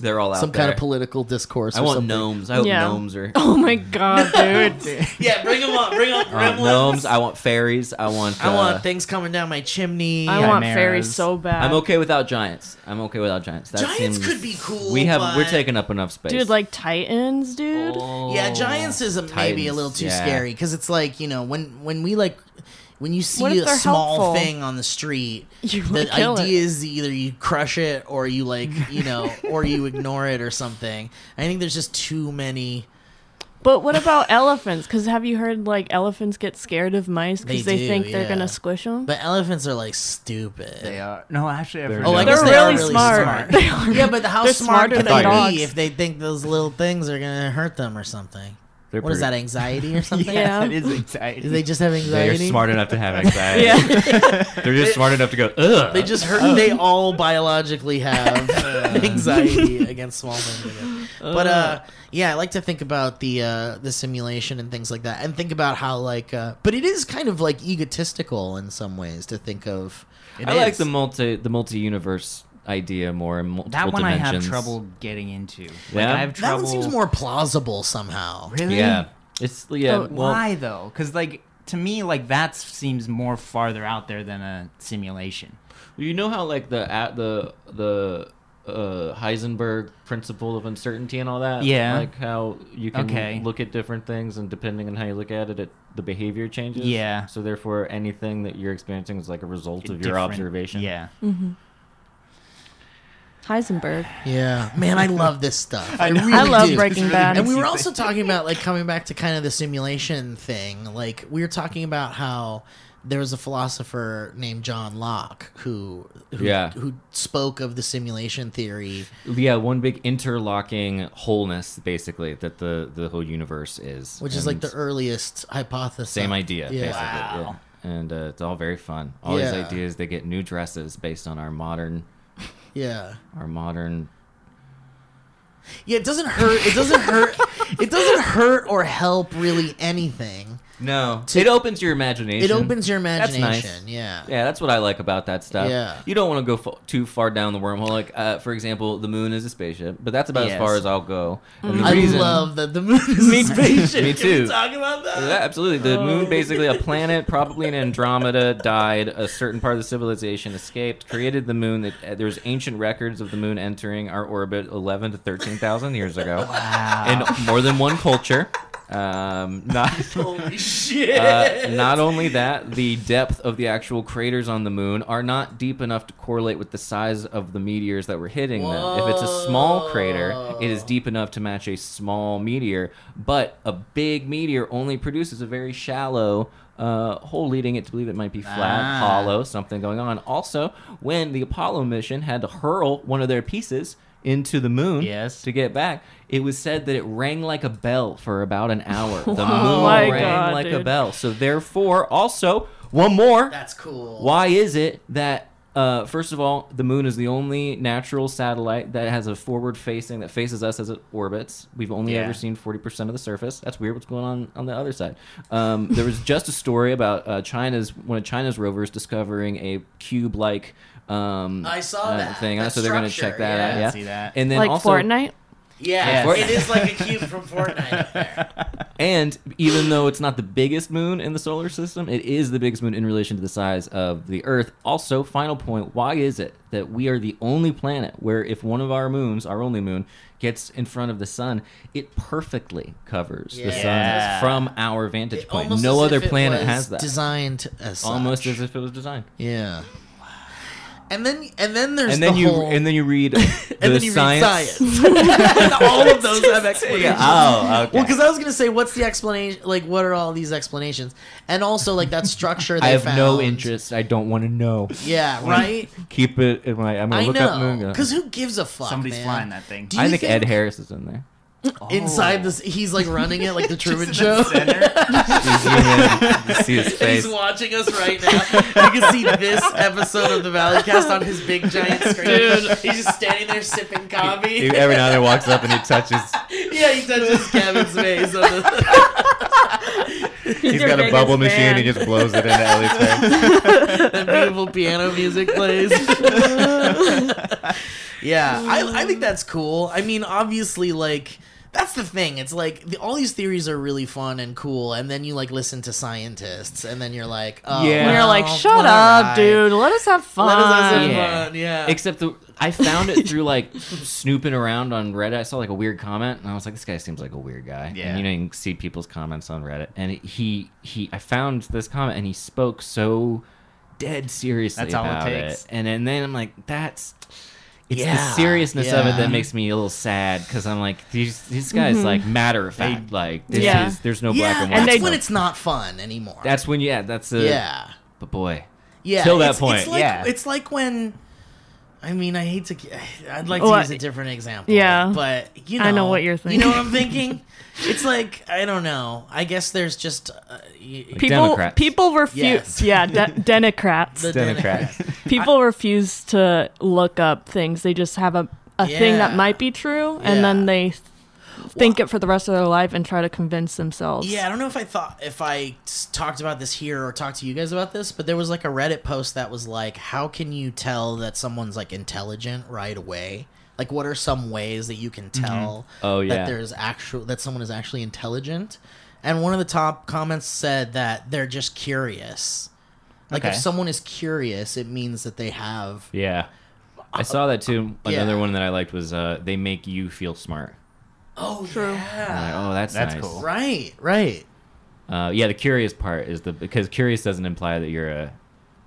They're all out some there. kind of political discourse. I or want something. gnomes. I hope Yeah. gnomes are. Oh my god, dude. Yeah, bring them on. Bring on. I want Uh, gnomes. I want fairies. I want. I uh, want things coming down my chimney. I want Chimeras. fairies so bad. I'm okay without giants. I'm okay without giants. That uh, Giants seems- could be cool. We have. We're but- taking up enough space. Dude, like Titans, dude. Yeah, giants is a, maybe a Titans, little too yeah. scary because it's like you know when when we like when you What see if a they're small helpful? thing on the street, You the wanna kill idea it. is either you crush it or you like you know or you ignore it or something. I think there's just too many. But what about elephants? Because have you heard like elephants get scared of mice because They they, do, think they're yeah. gonna squish them? But elephants are like stupid. They are. No, actually, I've They're heard Oh, I that. guess they're they are really, really smart. smart. They are. Yeah, but how They're smart smarter can than they dogs. be if they think those little things are gonna hurt them or something? They're What is that pretty- anxiety or something? Yeah. That is exciting. Do they just have They're anxiety? smart enough to have anxiety. yeah. They're just smart enough to go. Ugh. They just oh. hurt. They all biologically have anxiety against small things. But uh, yeah, I like to think about the uh, the simulation and things like that, and think about how like. Uh, but it is kind of like egotistical in some ways to think of. I like the multi the multi universe idea more. and Multiple That one I have dimensions. trouble getting into. Like, Yeah? I have That trouble. one seems more plausible somehow. Really? Yeah. It's yeah. But well, Why though? Because like to me, like that seems more farther out there than a simulation. You know how like the at the the uh, Heisenberg principle of uncertainty and all that. Yeah. Like how you can Okay. look at different things and depending on how you look at it, it the behavior changes. Yeah. So therefore, anything that you're experiencing is like a result of your Different- observation. Yeah. Mm. Heisenberg. Yeah, man, I love this stuff. I, really I love do. Breaking Bad. And we were also talking about like coming back to kind of the simulation thing. Like we were talking about how there was a philosopher named John Locke who who, Yeah. who spoke of the simulation theory. Yeah. One big interlocking wholeness, basically, that the the whole universe is. which is like And the earliest hypothesis. same idea. Yeah. Basically. Wow. Yeah. And uh, it's all very fun. All Yeah. these ideas, they get new dresses based on our modern Yeah. our modern Yeah, it doesn't hurt. It doesn't hurt. it doesn't hurt or help really anything. No, To- it opens your imagination. It opens your That's nice. imagination. Yeah. Yeah, that's what I like about that stuff. Yeah. you don't want to go fo- too far down the wormhole. Like, uh, for example, the moon is a spaceship, but that's about as Yes. far as I'll go. And the Mm-hmm. I reason- love that the moon is Me- a spaceship. me Can we too. talk about that? Oh. Yeah, absolutely. The moon, basically, a planet, probably an Andromeda, died. A certain part of the civilization escaped, created the moon. That uh, there's ancient records of the moon entering our orbit 11 to 13,000 years ago, in more than one culture. Um, not Holy shit. uh, not only that, the depth of the actual craters on the moon are not deep enough to correlate with the size of the meteors that were hitting them. If it's a small crater, it is deep enough to match a small meteor, but a big meteor only produces a very shallow uh, hole, leading it to believe it might be flat, Ah. hollow, something going on. Also, when the Apollo mission had to hurl one of their pieces into the moon Yes. to get back, it was said that it rang like a bell for about an hour. The Oh moon my rang God, like a dude. bell. So therefore, also one more. That's cool. Why is it that uh, first of all, the moon is the only natural satellite that has a forward facing that faces us as it orbits. We've only Yeah. ever seen forty percent of the surface. That's weird. What's going on on the other side? Um, there was just a story about uh, China's one of China's rovers discovering a cube-like. Um, I saw that. thing. That so they're going to structure, check that yeah. out. I Yeah, see that. And then like also, Fortnite. Yeah, Yes. it is like a cube from Fortnite up there. And even though it's not the biggest moon in the solar system, it is the biggest moon in relation to the size of the Earth. Also, final point why is it that we are the only planet where if one of our moons, our only moon, gets in front of the sun, it perfectly covers the Yeah. sun from our vantage point? Almost No as other if it planet was has that. Designed as Almost such. as if it was designed. yeah. And then and then there's And then the you whole, and then you read the and then you science. read science. and all of those have explanations. Oh, okay. Well, because I was gonna say, what's the explanation? Like, what are all these explanations? And also, like that structure. They I have no found- interest. I don't want to know. Yeah, right. Keep it in my. I'm gonna I look up moon. uh, know. Because who gives a fuck? Somebody's man? flying that Oh. thing. Do you I think Ed Harris is in there. inside this, he's like running it like the Truman Show. You see his He's face. watching us right now. You can see this episode of the Valley Cast on his big giant screen. He's just standing there sipping He coffee. every now and then walks up and he touches. yeah, he touches Kevin's face. On the- He's got a bubble machine and just blows it into Ellie's face. that beautiful piano music plays. yeah, I, I think that's cool. I mean, obviously, like. That's the thing. It's like the, all these theories are really fun and cool, and then you like listen to scientists, and then you're like, oh, Yeah. And you're like, well, shut alright. up, dude. Let us have fun. Let us have Yeah. fun, yeah. Except the, I found it through like snooping around on Reddit. I saw like a weird comment and I was like, this guy seems like a weird guy. Yeah. And you know, you can see people's comments on Reddit. And he he, I found this comment and he spoke so dead seriously That's all it about takes. And and then I'm like, that's. It's Yeah, the seriousness of it yeah. that makes me a little sad because I'm like these these guys like matter of fact like this Yeah. is there's no yeah, black and white. that's they- when stuff. it's not fun anymore. that's when yeah that's the yeah, But boy, yeah. till that it's, point, it's like, yeah. It's like when, I mean, I hate to, I'd like to Well, use a different example. yeah. but you know, I know what you're You know thinking. what I'm thinking? it's like I don't know. I guess there's just uh, y- People, Democrats. people refuse. Yes. Yeah, de- Democrats. the Democrat. people refuse to look up things. They just have a, a thing Yeah. that might be true, and Yeah. then they th- think it for the rest of their life and try to convince themselves. Yeah, I don't know if I thought if I s- talked about this here or talked to you guys about this, but there was like a Reddit post that was like, "How can you tell that someone's like intelligent right away? Like, what are some ways that you can tell Oh, yeah. that there's actual that someone is actually intelligent?" And one of the top comments said that they're just curious. Like, if Okay. someone is curious, it means that they have. Yeah. I saw that too. Yeah. Another one that I liked was uh, they make you feel smart. Oh, True. I'm like, yeah. oh, that's That's nice. cool. Right, right. Uh, yeah, the curious part is the because curious doesn't imply that you're a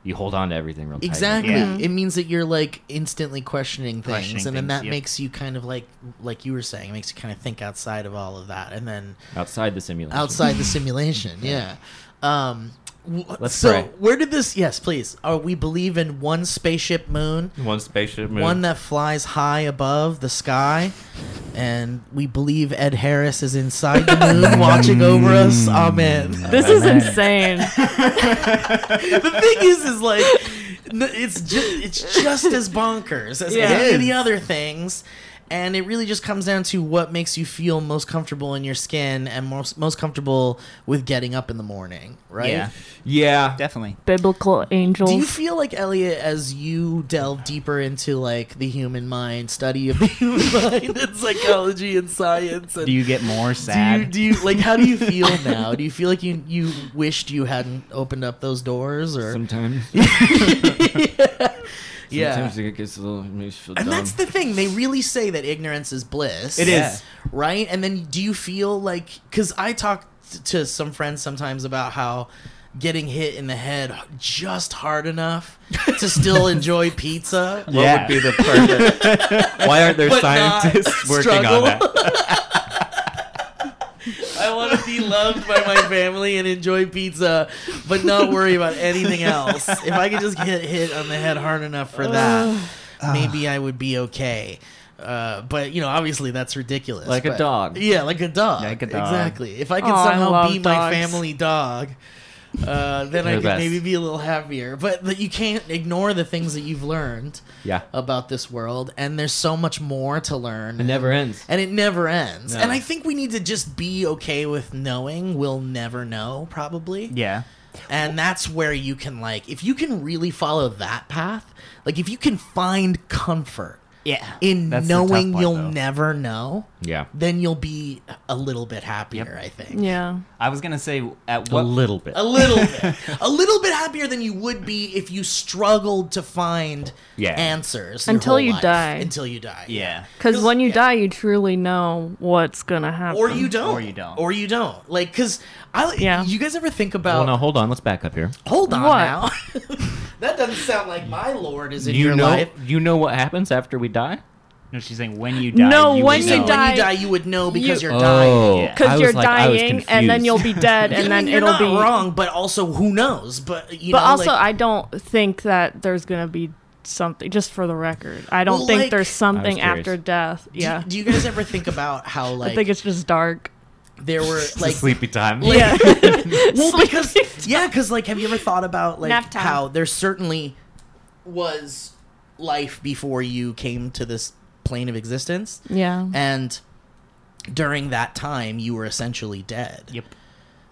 you hold on to everything real tight. Exactly. Yeah. It means that you're like instantly questioning things, Questioning and then things, that yep. makes you kind of like, like you were saying, makes you kind of think outside of all of that, and then outside the simulation. outside the simulation. Yeah. Um, wh- Let's so pray. where did this? Yes, please. Are we believe in one spaceship moon, one spaceship moon. one that flies high above the sky, and we believe Ed Harris is inside the moon, watching over us. Amen. This is insane. the thing is, is like n- it's just it's just as bonkers as Yeah. any It of the other things. and it really just comes down to what makes you feel most comfortable in your skin and most most comfortable with getting up in the morning, right? Yeah, Yeah. definitely. Biblical angels. Do you feel like Elliot, as you delve deeper into like the human mind, study of the human mind and psychology and science, and Do you get more do you, sad? do you like how do you feel now? Do you feel like you you wished you hadn't opened up those doors or Sometimes, yeah? sometimes it gets a little makes you feel And dumb. that's the thing. They really say that ignorance is bliss. It is. Right? And then do you feel like cuz I talk t- to some friends sometimes about how getting hit in the head just hard enough to still enjoy pizza. What Yeah. would be the perfect? Why aren't there But not scientists working struggle. on that? I want to be loved by my family and enjoy pizza, but not worry about anything else. If I could just get hit on the head hard enough for that, maybe I would be okay. Uh, but you know, obviously that's ridiculous. Like a but- dog. Yeah, like a dog. Like a dog. Exactly. If I could Oh, I somehow love be my dogs. family dog, uh, then I They're could the best. maybe be a little happier. But that you can't ignore the things that you've learned Yeah. about this world, and there's so much more to learn. it never ends. and it never ends. And I think we need to just be okay with knowing we'll never know, probably. Yeah, And that's where you can like, if you can really follow that path, like if you can find comfort yeah. in That's the tough knowing part, you'll though. never know, Yeah. then you'll be a little bit happier. I think. Yeah. I was gonna say at A what little bit. A little bit. a little bit happier than you would be if you struggled to find Yeah. answers your Until whole you life. die. Until you die. Yeah, Because when you Yeah. die, you truly know what's gonna happen. Or you don't. Or you don't. Or you don't. Like, cause I. Yeah. You guys ever think Well, about? no, hold on. Let's back up here. Hold on What? now. that doesn't sound like my lord is in you your know, life. you know what happens after we die? no, she's saying when you die. No, you when You said will know. when you die- die, you would know because you- you're dying. Yeah. I Because was you're like- I was dying, and then confused. you'll be dead, I and then mean, you're it'll not be wrong, but also who knows? But you But know, also, like- I don't think that there's gonna be something. Just for the record, I don't Well, think like- there's something I was curious. after death. Yeah, Do, do you guys ever think about how I like think it's just dark. there were like sleepy time. Yeah, well because yeah because like have you ever thought about Nap like time. how there certainly was life before you came to this plane of existence yeah. and during that time you were essentially dead Yep.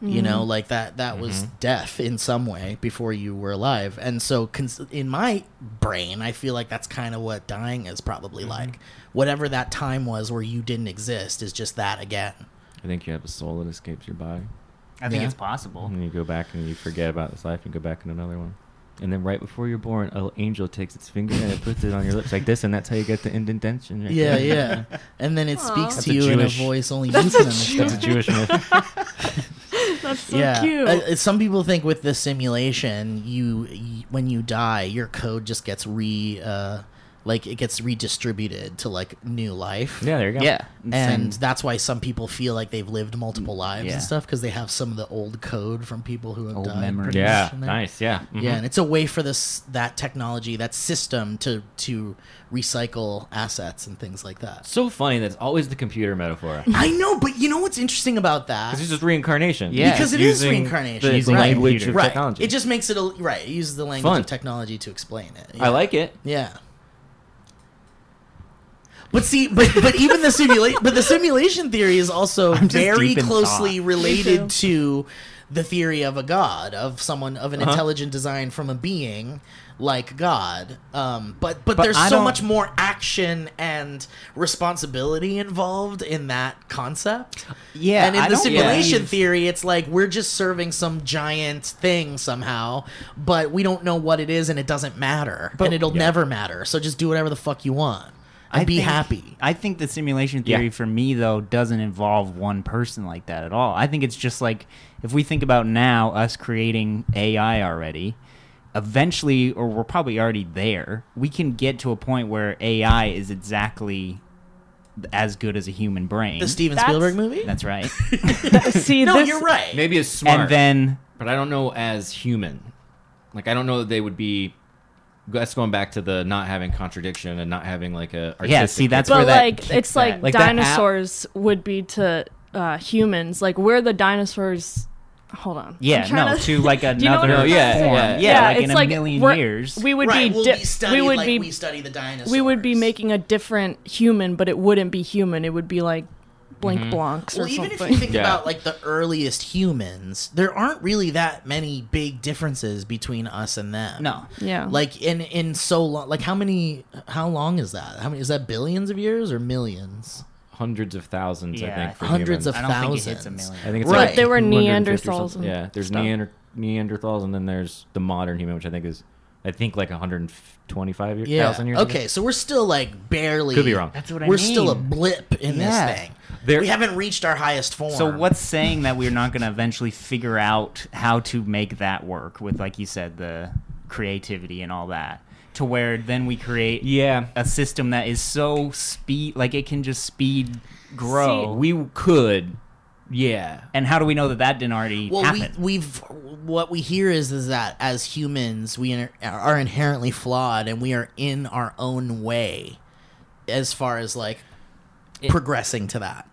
you know like that that was Mm-hmm. death in some way before you were alive and so cons- in my brain i feel like that's kind of what dying is Mm-hmm. probably like whatever that time was where you didn't exist is just that again I think you have a soul that escapes your body, I think Yeah. it's possible. And then you go back and you forget about this life and go back in another one. And then right before you're born, an angel takes its finger and it puts it on your lips like this, and that's how you get the indentation. right yeah there. yeah and then it speaks That's to a you Jewish- in a voice only you can That's understand a Jewish myth. That's so yeah cute. Uh, some people think with the simulation you, y when you die your code just gets re uh, like it gets redistributed to like new life Yeah, there you go. Yeah, and that's why some people feel like they've lived multiple lives Mm, yeah. and stuff because they have some of the old code from people who have Old died. memories. pretty Yeah, much in there. nice. Yeah. Mhm. Yeah, and it's a way for this that technology, that system to to recycle assets and things like that. So funny that's always the computer metaphor. I know, but you know what's interesting about that? This is just reincarnation. Yeah. because it is Using reincarnation. The Using right. language computer. of right. technology. It just makes it a, right. It uses the language Fun. of technology to explain it. I like it. Yeah. But see, but but even the simulation, but the simulation theory is also just very deep in closely thought. related to the theory of a god, of someone of Uh-huh. an intelligent design from a being like God. Um, but but, But there's I so don't- much more action and responsibility involved in that concept. yeah, and in I the don't simulation believe- theory, it's like we're just serving some giant thing somehow, but we don't know what it is, and it doesn't matter, and it'll never matter. So just do whatever the fuck you want and I be think- happy. I think the simulation Yeah. theory for me though doesn't involve one person like that at all. I think it's just like if we think about now us creating AI already, eventually or we're probably already there, we can get to a point where AI is exactly as good as a human brain. The Steven Hmm? That's- Spielberg movie? That's right. See, No, this, you're right. Maybe it's smart. and then but I don't know as human. Like I don't know that they would be. That's going back to the not having contradiction and not having like a artistic yeah, see that's where But that like, kicks it's at. like, Like that app- dinosaurs would be to uh, humans. Like we're the dinosaurs hold on. Yeah, I'm trying no, to like you know what another I'm trying form. to say? yeah, Yeah, like in it's a million we're- years. We would right, be we'll di- be studied we would like be we study the dinosaurs. we would be making a different human, but it wouldn't be human. It would be like Mm-hmm. Blink Blancs or Well, even if something. you think Yeah. about like the earliest humans, there aren't really that many big differences between us and them. No. yeah, Like in in so long, like how many? How long is that? How many is that? Billions of years or millions? Hundreds of thousands, Yeah, I think. For Hundreds humans. of I don't think it hits a thousands. million. I think it's Right. like But there were 250 or Neanderthals something. and Yeah, there's stuff. Neander- Neanderthals, and then there's the modern human, which I think is, I think like 125 year, Yeah. thousand years. ago. Okay, so we're still like barely. Could be wrong. That's what I we're still a mean. blip in Yeah. this thing. There- we haven't reached our highest form. So what's saying that we're not going to eventually figure out how to make that work with, like you said, the creativity and all that, to where then we create Yeah. a system that is so speed, like it can just speed grow. We could. Yeah. and how do we know that that didn't already Well, we, happen? we've what we hear is is that as humans we are, are inherently flawed and we are in our own way, as far as like progressing to that.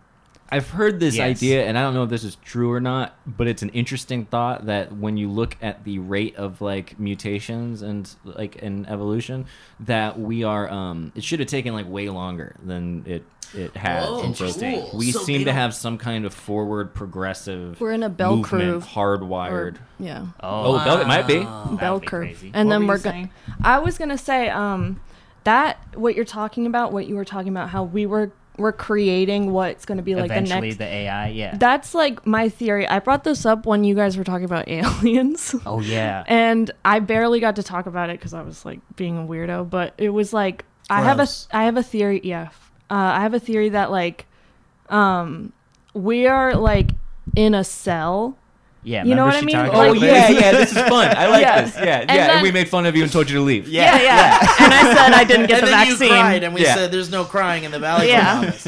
I've heard this Yes. idea, and I don't know if this is true or not, but it's an interesting thought that when you look at the rate of like mutations and like in evolution, that we are um it should have taken like way longer than it it had. Whoa, And so Interesting. Oh, cool. We So they seem to don't- have some kind of forward progressive. We're in a bell movement, curve. hardwired. Or- yeah, Oh, bell- it might be. bell curve. And then we're going. I was gonna say um, that what you're talking about, what you were talking about, how we were we're creating what's gonna be like the eventually next. the AI. Yeah. That's like my theory. I brought this up when you guys were talking about aliens. oh yeah. and I barely got to talk about it because I was like being a weirdo. But it was like I have a Gross. I have a theory. Yeah, f- uh, I have a theory that like um we are like in a cell. yeah. you know remember what I she mean? Like- talked about Oh Like this? yeah, yeah, this is fun. I like Yeah. this. Yeah, And yeah. then- and we made fun of you and told you to leave. Yeah, yeah. and I said I didn't get the vaccine. and we Yeah. said, "There's no crying in the valley." Yeah. Yeah. Office.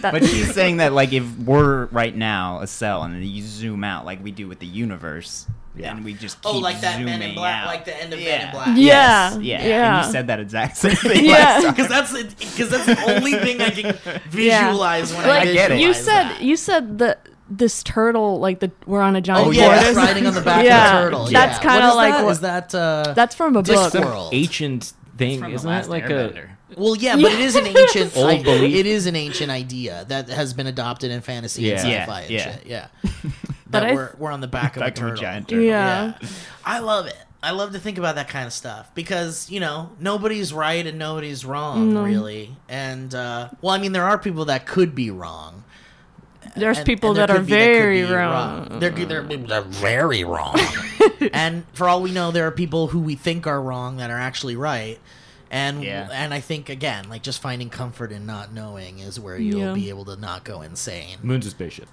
That- But she's saying that like if we're right now a cell and then you zoom out like we do with the universe, and we just keep Oh, like that Men in zooming Black, out. like the end of Men Yeah. in Black. yeah, yeah, yeah. And you said that exact same thing. Yeah. last time. Because that's because that's the only thing I can visualize when Like, I get it. You visualize said that. you said that this turtle like the we're on a giant Oh yeah, tortoise. riding on the back Yeah. of the turtle. That's yeah. kinda What is like that? what- Is that uh, That's from a book. Discworld? Ancient thing, isn't that like a? Well, yeah, but it is an ancient. Old I- belief. It is an ancient idea that has been adopted in fantasy and Yeah. sci-fi and Yeah, shit. Yeah, that I- we're, we're on the back, Back of a to a turtle. giant yeah. turtle. Yeah. I love it. I love to think about that kind of stuff because you know nobody's right and nobody's wrong really. And uh, well, I mean, there are people that could be wrong. There's And- people and there that are could be- that could very be wrong. There could- there are people that are very wrong. and for all we know, there are people who we think are wrong that are actually right. And Yeah. and I think again, like just finding comfort in not knowing is where you'll Yeah. be able to not go insane. Moon's a spaceship.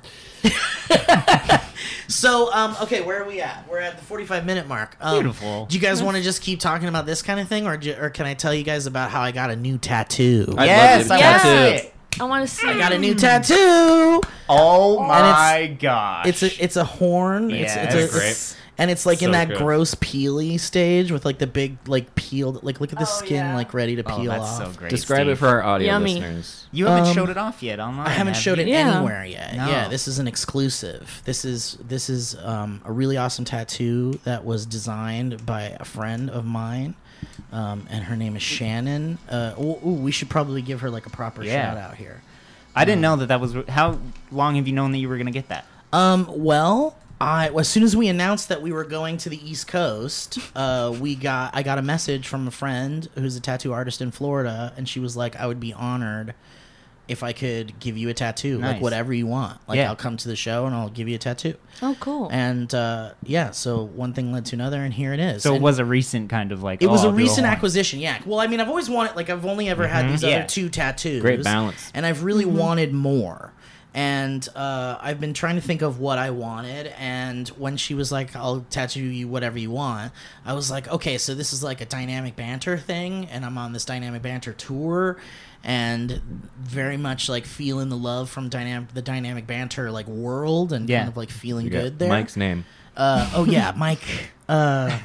So um, okay, where are we at? We're at the forty-five minute mark. Um, Beautiful. Do you guys want to just keep talking about this kind of thing, or ju- or can I tell you guys about how I got a new tattoo? I, I'd Yes, love I you to want to tattoo. see it. I want to see. got a new tattoo. Oh my my gosh! It's a it's a horn. it's, Yeah, it's that's a, great. it's- and it's like in So that good. gross peely stage with like the big like peeled like look at the Oh, skin yeah. like ready to peel oh, that's off. so great. Describe it Steve. for our audio Yummy. listeners. You haven't Um, showed it off yet online. I haven't have showed you? it Yeah. anywhere yet. No. Yeah, this is an exclusive. This is this is um, a really awesome tattoo that was designed by a friend of mine, um, and her name is Shannon. Uh, ooh, ooh, we should probably give her like a proper Yeah. shout out here. I didn't know that that was. How long have you known that you were going to get that? Um, well, I as soon as we announced that we were going to the East Coast, uh, we got I got a message from a friend who's a tattoo artist in Florida, and she was like, "I would be honored if I could give you a tattoo, like Nice. whatever you want. Like Yeah. I'll come to the show and I'll give you a tattoo." Oh, cool. And uh, yeah, so one thing led to another, and here it is. So it And was a recent kind of like. It was oh, a I'll do recent horn. acquisition, yeah. Well, I mean, I've always wanted, like, I've only ever had these Yeah. other two tattoos. Mm-hmm. Great balance. And I've really wanted more. And uh, I've been trying to think of what I wanted. And when she was like, I'll tattoo you whatever you want, I was like, okay, so this is like a dynamic banter thing. And I'm on this dynamic banter tour. And very much like feeling the love from dynamic, the dynamic banter like world, and Yeah. kind of like feeling You got good there. Mike's name. Uh, oh yeah, Mike. Uh,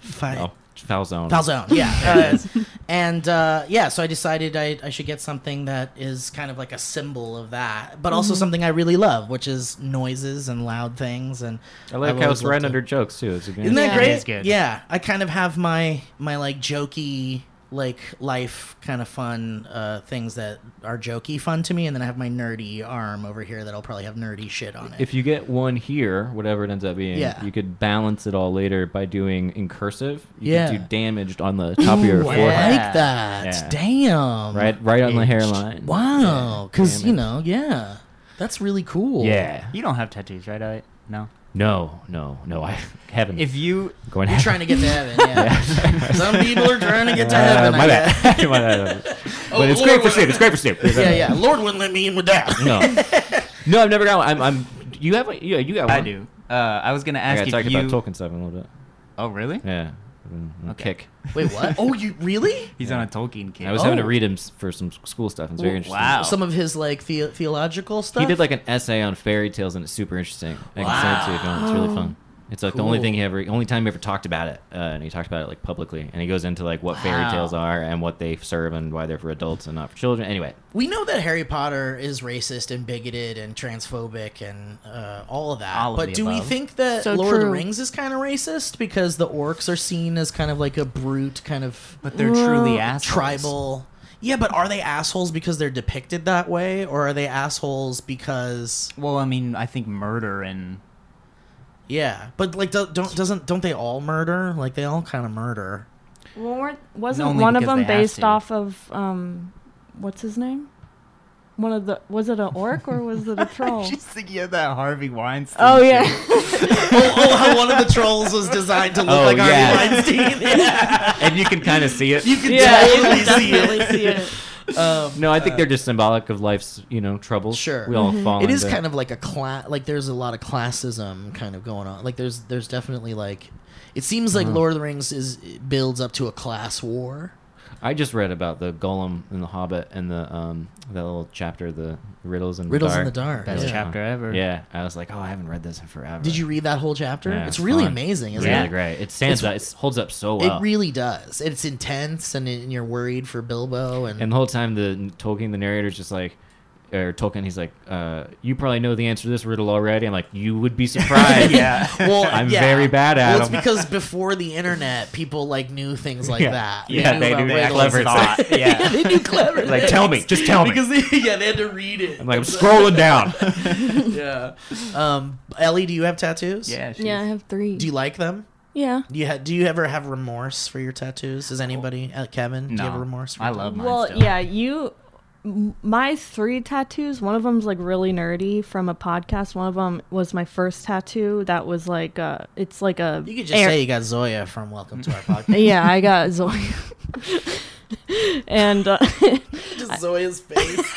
fi- No. Falzone. Calzone, yeah. Uh, and uh, yeah, so I decided I, I should get something that is kind of like a symbol of that, but Mm-hmm. also something I really love, which is noises and loud things. And I like I've how always it's right loved it. under jokes too. It's a good. Isn't that Yeah. great? It is good. Yeah, I kind of have my my like jokey like life kind of fun uh, things that are jokey fun to me, and then I have my nerdy arm over here that'll probably have nerdy shit on it. if you get one here, whatever it ends up being, Yeah. you could balance it all later by doing in cursive. You Yeah. could do damaged on the top of your Ooh, I forehead, like that. Yeah. Damn. right, right on the hairline. Wow. Because Damn you it. know, yeah, that's really cool. Yeah. You don't have tattoos, right? I, no. No, no, no. I haven't. If you going You're trying to get to heaven. Yeah. Some people are trying to get to Uh, heaven. I my guess. Oh, bad. My bad. But it's great for Snoop. It's great for Snoop. Yeah, yeah. Lord wouldn't let me in with that. No, no, I've never got one. I'm. I'm you have one? Yeah, you got one. I do. Uh, I was gonna I ask got talked if you. about Tolkien stuff in a little bit. oh, really? Yeah. Mm, Okay. Kick. Wait, what? Oh, you really? He's on a Tolkien kick. I was having to Oh. read him s- for some s- school stuff. It's very Ooh, interesting. wow. Some of his like the- theological stuff. He did like an essay on fairy tales, and it's super interesting. I can send it to you. If you want. It's really fun. It's like the only Cool. thing he ever, only time he ever talked about it, uh, and he talked about it like publicly, and he goes into like what fairy Wow. tales are and what they serve and why they're for adults and not for children. Anyway, we know that Harry Potter is racist and bigoted and transphobic and uh, all of that. All of but the do we above. think that So Lord of the true. Rings is kind of racist because the orcs are seen as kind of like a brute kind of but they're truly Well, assholes. tribal. Yeah, but are they assholes because they're depicted that way, or are they assholes because Well, I mean, I think murder and yeah? But like, do, don't doesn't don't they all murder? Like they all kind of murder. Well, weren't, wasn't Only one of because them they have based to. off of um, what's his name? One of the was it an orc or was it a troll? She's thinking of that Harvey Weinstein. oh yeah, oh, oh, how one of the trolls was designed to look Oh, like Harvey yeah. Weinstein. Yeah. and you can kind of see it. You can yeah, you totally can see it. definitely see it. Um, No, I think they're just symbolic of life's, you know, troubles. Sure. we all fall. it is into- kind of like a class. Like there's a lot of classism kind of going on. Like there's there's definitely like it seems like Lord of the Rings is builds up to a class war. I just read about the Golem and the Hobbit and the um that little chapter, the riddles and Riddles the in dark. the Dark, Best yeah. chapter ever. Yeah, I was like, oh, I haven't read this in forever. Did you read that whole chapter? Yeah, it's really fun. amazing, isn't Really Yeah. it? great. It stands up. It holds up so well. It really does. It's intense, and, and you're worried for Bilbo, and, And the whole time, the Tolkien, the narrator's just like, or Tolkien, he's like, uh, you probably know the answer to this riddle already. I'm like, you would be surprised. Yeah. well, I'm very bad at well, it's them. because before the internet, people like knew things like that. Yeah, they about knew riddles. clever thought. yeah, Yeah. they knew clever. Like, tell me, just tell me. because they, yeah, they had to read it. I'm like, I'm scrolling down. yeah. Um, Ellie, do you have tattoos? Yeah. she's- Yeah, I have three. Do you like them? yeah. Do you ha- do you ever have remorse for your tattoos? Does anybody, uh, Kevin, do you have Oh. No. remorse? For I your love mine. Well, still. yeah, you. m- My three tattoos. One of them's like really nerdy from a podcast. One of them was my first tattoo. That was like uh, it's like a. tattoos? You could just air- say you got Zoya from Welcome to Our Podcast. yeah, I got Zoya. and uh, just Zoya's face.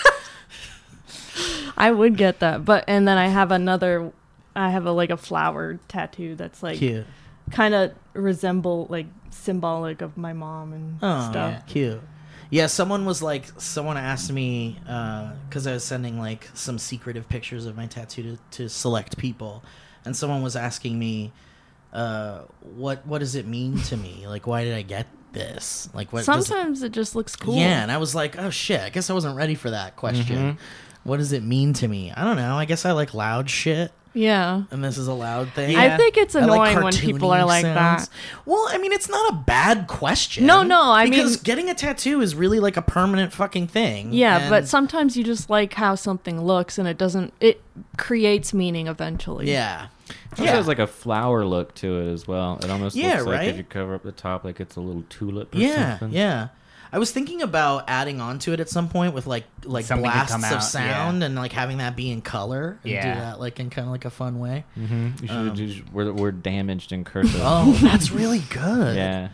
I would get that, but and then I have another. I have a like a flower tattoo that's like Cute. kind of resemble like symbolic of my mom and Oh, stuff. cute. Yeah, someone was like, someone asked me because I was sending like some secretive pictures of my tattoo to, to select people, and someone was asking me, uh, "What what does it mean to me? Like, why did I get this? Like, what?" does- Sometimes it just looks cool. Yeah, and I was like, "Oh shit, I guess I wasn't ready for that question. Mm-hmm. What does it mean to me? I don't know. I guess I like loud shit, yeah. and this is a loud thing. I think it's I annoying like when people cartoony are like sounds. that. Well, I mean, it's not a bad question. No, no, I because mean- getting a tattoo is really like a permanent fucking thing. Yeah, but and- sometimes you just like how something looks and it doesn't it creates meaning eventually. yeah, It has like a flower look to it as well. It almost Yeah, looks like right? if you cover up the top, like it's a little tulip or yeah, something. yeah. I was thinking about adding on to it at some point with like like Something to blasts come of out, sound and like having that be in color and Yeah. do that like in kind of like a fun way. Mm-hmm. You should Um, just, we're, we're damaged in cursive. Oh, that's really good. Yeah.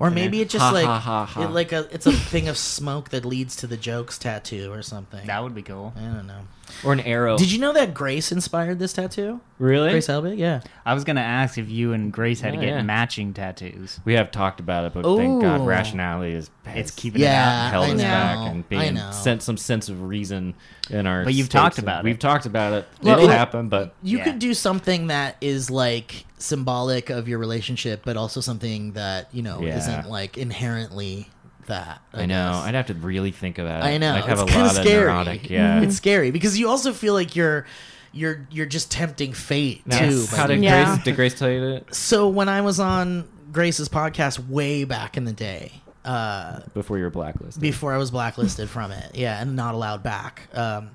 Or maybe it just Ha, like ha, ha, ha. It, like a it's a thing of smoke that leads to the jokes tattoo or something. That would be cool. I don't know. or an arrow. Did you know that Grace inspired this tattoo? really? Grace Helbig, yeah. I was gonna ask if you and Grace had to Oh, get yeah. matching tattoos. we have talked about it, but thank Ooh. God, rationality is It's has keeping Yeah, held I us know. back and I being know. sent some sense of reason in our. But you've states. talked about it. We've talked about it. Well, It'll it- happen, but You Yeah. could do something that is like symbolic of your relationship, but also something that you know Yeah. isn't like inherently that. I know. guess. I'd have to really think about it. I know. I'd have it's a kinda lot scary. of neurotic. Yeah. It's scary because you also feel like you're you're you're just tempting fate Now, too. by How did doing Yeah. Grace? Did Grace tell you that so when I was on Grace's podcast way back in the day, uh, before you were blacklisted? before I was blacklisted from it, yeah, and not allowed back, um,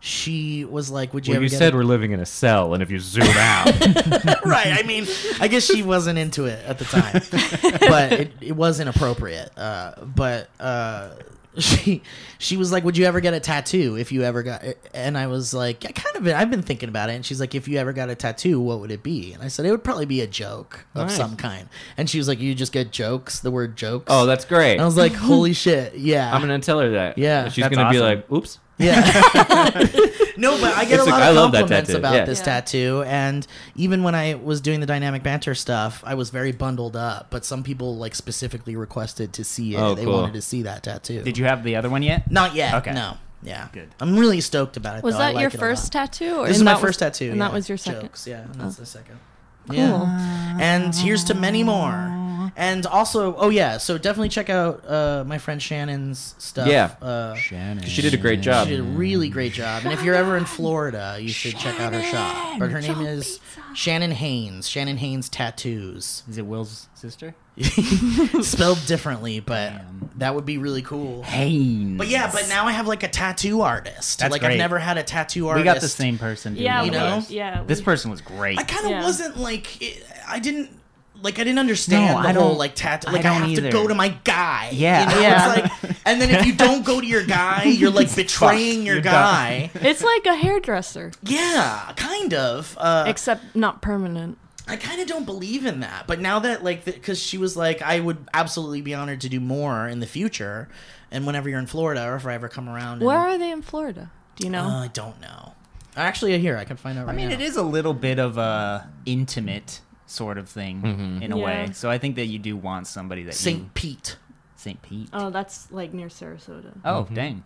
she was like, "Would you well, ever you get said a- we're living in a cell, and if you zoom out, right? I mean, I guess she wasn't into it at the time, but it, it was inappropriate. Uh, but uh, she she was like, "Would you ever get a tattoo if you ever got?" And I was like, "I kind of I've been thinking about it." And she's like, "If you ever got a tattoo, what would it be?" And I said, "It would probably be a joke of Nice. some kind." And she was like, "You just get jokes, the word jokes." oh, that's great. And I was like, "Holy shit, yeah." I'm gonna tell her that. Yeah, she's that's gonna be awesome. like, "Oops." Yeah. no, but I get It's a like, lot I of love that compliments tattoo, about yeah. this Yeah. tattoo, and even when I was doing the dynamic banter stuff, I was very bundled up. But some people like specifically requested to see it; Oh, they cool. wanted to see that tattoo. Did you have the other one yet? Not yet. Okay. No. Yeah. Good. I'm really stoked about it. Was though. I that like your it a first lot. tattoo? Or This is and my that was- first tattoo, And that yeah. was your second. Oh. Jokes, yeah, and that's the second. Cool. Yeah. And here's to many more. And also, oh yeah, so definitely check out uh, my friend Shannon's stuff. Yeah. Uh, Shannon. She did a great job. she did a really great job. And if you're ever in Florida, you should check out her shop. But her name is Shannon Haynes. Shannon Haynes Tattoos. Is it Will's sister? Spelled differently, but that would be really cool. Haynes. But yeah, but now I have like a tattoo artist. That's like I've great. never had a tattoo we artist. got the same person. doing Yeah, both You we, of know? us. yeah. This we- person was great. I kind of Yeah. wasn't like it, I didn't like I didn't understand No, the I whole don't- like tattoo. I Like I, don't have to either. go to my guy. Yeah. you know? Yeah. It's like, and then if you don't go to your guy, you're like betraying your You're done. guy. It's like a hairdresser, Yeah, kind of. Uh, except not permanent. I kind of don't believe in that. But now that like because she was like, I would absolutely be honored to do more in the future, and whenever you're in Florida or if I ever come around. and- Where are they in Florida? Do you know? Uh, I don't know. Actually, here I can find out. I Right mean, now. it is a little bit of a intimate sort of thing Mm-hmm. in a Yeah. way. So I think that you do want somebody that you St. Pete. St. Pete. oh, that's like near Sarasota. Oh, Mm-hmm. dang.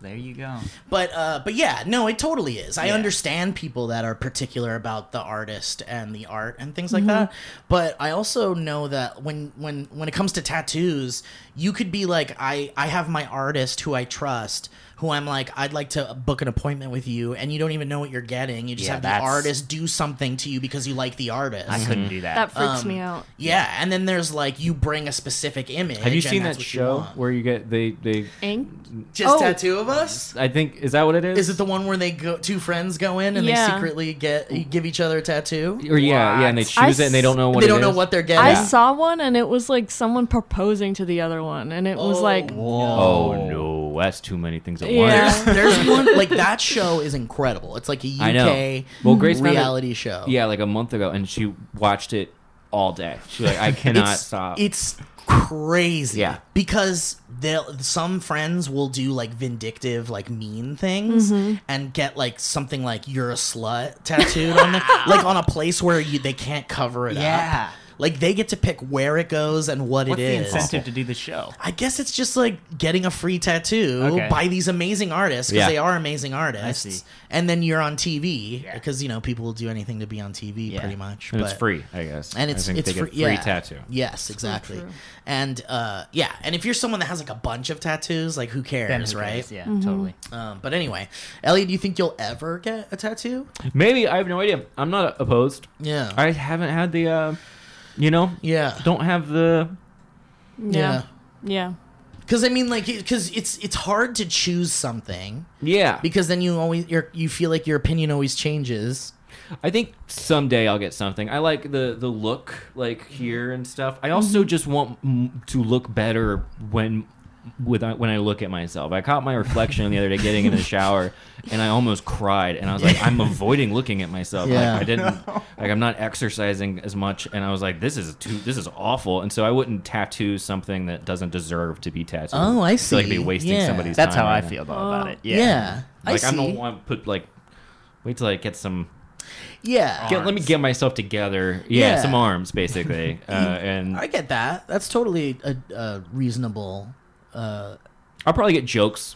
There you go. But uh, but yeah, no, it totally is. I Yeah. understand people that are particular about the artist and the art and things like that. But I also know that when when when it comes to tattoos, you could be like, I I have my artist who I trust, who I'm like, I'd like to book an appointment with you, and you don't even know what you're getting. You just Yeah, have the that's- artist do something to you because you like the artist. I couldn't do That that. freaks me Um, out. yeah, and then there's like you bring a specific image. Have you and seen that's that what you show want. where you get they they? Inked? Just Oh. tattoo of us? I think is that what it is? Is it the one where they go two friends go in and they Yeah. secretly get give each other a tattoo? or yeah, yeah, and they What? choose I it and they don't know what they it don't know is. what they're I getting. saw one and it was like someone proposing to the other one, and it was like, Oh no, that's too many things at Yeah. once. There's one like that show is incredible. It's like a I know. UK Well, Grace found it- reality show. Yeah, like a month ago, and she watched it all day. She's like, I cannot it's, stop. It's crazy. Yeah. Because they'll some friends will do like vindictive, like mean things Mm-hmm. and get like something like you're a slut tattooed on them. Like on a place where you they can't cover it Yeah. up. Like they get to pick where it goes and what What's it the is. incentive to do the show? I guess it's just like getting a free tattoo Okay. by these amazing artists because Yeah. they are amazing artists. see. And then you're on TV Yeah. because you know people will do anything to be on TV Yeah. pretty much. and it's but- free, I guess. And it's I think it's they get free, free yeah. tattoo. Yes, exactly. true. And uh, yeah, and if you're someone that has like a bunch of tattoos, like who cares, Then who right? cares? Yeah, Mm-hmm. totally. Um, but anyway, Ellie, do you think you'll ever get a tattoo? Maybe I have no idea. I'm not opposed. Yeah. I haven't had the, uh, you know, yeah. don't have the yeah, yeah, Because I mean, like, because it's it's hard to choose something yeah. because then you always you're, you feel like your opinion always changes. I think someday I'll get something. I like the the Mm-hmm. look, like here and stuff. I also just want m- to look better when with uh, when I look at myself. I caught my reflection the other day getting in the shower, and I almost cried. And I was like, I'm avoiding looking at myself. Yeah. Like I didn't, like I'm not exercising as much. And I was like, this is too, this is awful. And so I wouldn't tattoo something that doesn't deserve to be tattooed. Oh, I feel like I'd be see. wasting Yeah. somebody's. That's time how I right now. feel though Oh. about it. Yeah. yeah. I Like see. I, don't want to put like. Wait till I get some. yeah. Get, let me get myself together. Yeah, Yeah. some arms basically, uh, and I get that. That's totally a, a reasonable. Uh, I'll probably get jokes.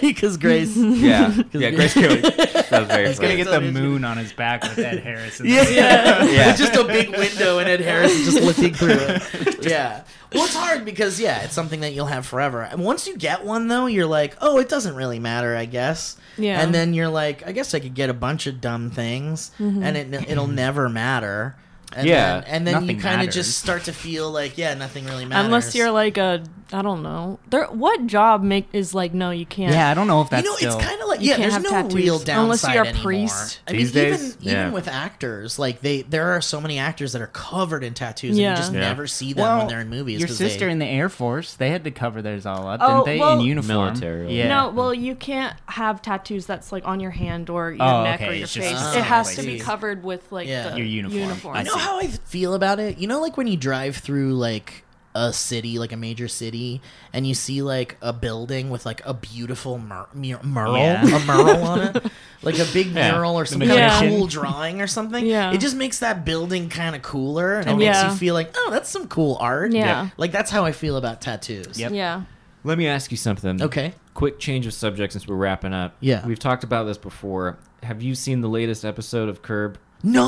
because Grace. yeah. Yeah, yeah. Grace Kelly. That was very. He's gonna funny. get the moon on his back with Ed Harris. and yeah. It's just a big window and Ed Harris is just looking through it. Yeah. Well, it's hard because, yeah, it's something that you'll have forever. And once you get one, though, you're like, oh, it doesn't really matter, I guess. Yeah. And then you're like, I guess I could get a bunch of dumb things Mm-hmm. and it, it'll never matter. And Yeah, Then, and then you nothing kind of matters. just start to feel like, yeah, nothing really matters. Unless you're like a, I don't know. There, what job make is like no, you can't. Yeah, I don't know if that's you know, still. it's kind of like You yeah. can't There's have no tattoos real downside unless you're a anymore. priest. I mean, These even days? even Yeah. with actors, like they there are so many actors that are covered in tattoos, and Yeah. you just Yeah. never see them when they're in movies. Your 'cause sister they, in the Air Force, they had to cover theirs all up, Oh, didn't they? well- in uniform. Military. Yeah. No, well, you can't have tattoos that's like on your hand or your Oh, neck or okay, your it's just face. something it has like to be that. covered with like Yeah. the Your uniform. I you know how I feel about it. You know, like when you drive through like a city, like a major city, and you see like a building with like a beautiful mur- mur- mural, Yeah. a mural on it, like a big Yeah. mural or some The kind of magician. cool drawing or something. Yeah. it just makes that building kind of cooler, and it Totally. makes Yeah. you feel like, oh, that's some cool art. Yeah. Yep. like that's how I feel about tattoos. Yep. Yeah. Let me ask you something. Okay. Quick change of subject since we're wrapping up. Yeah. We've talked about this before. Have you seen the latest episode of Curb? No.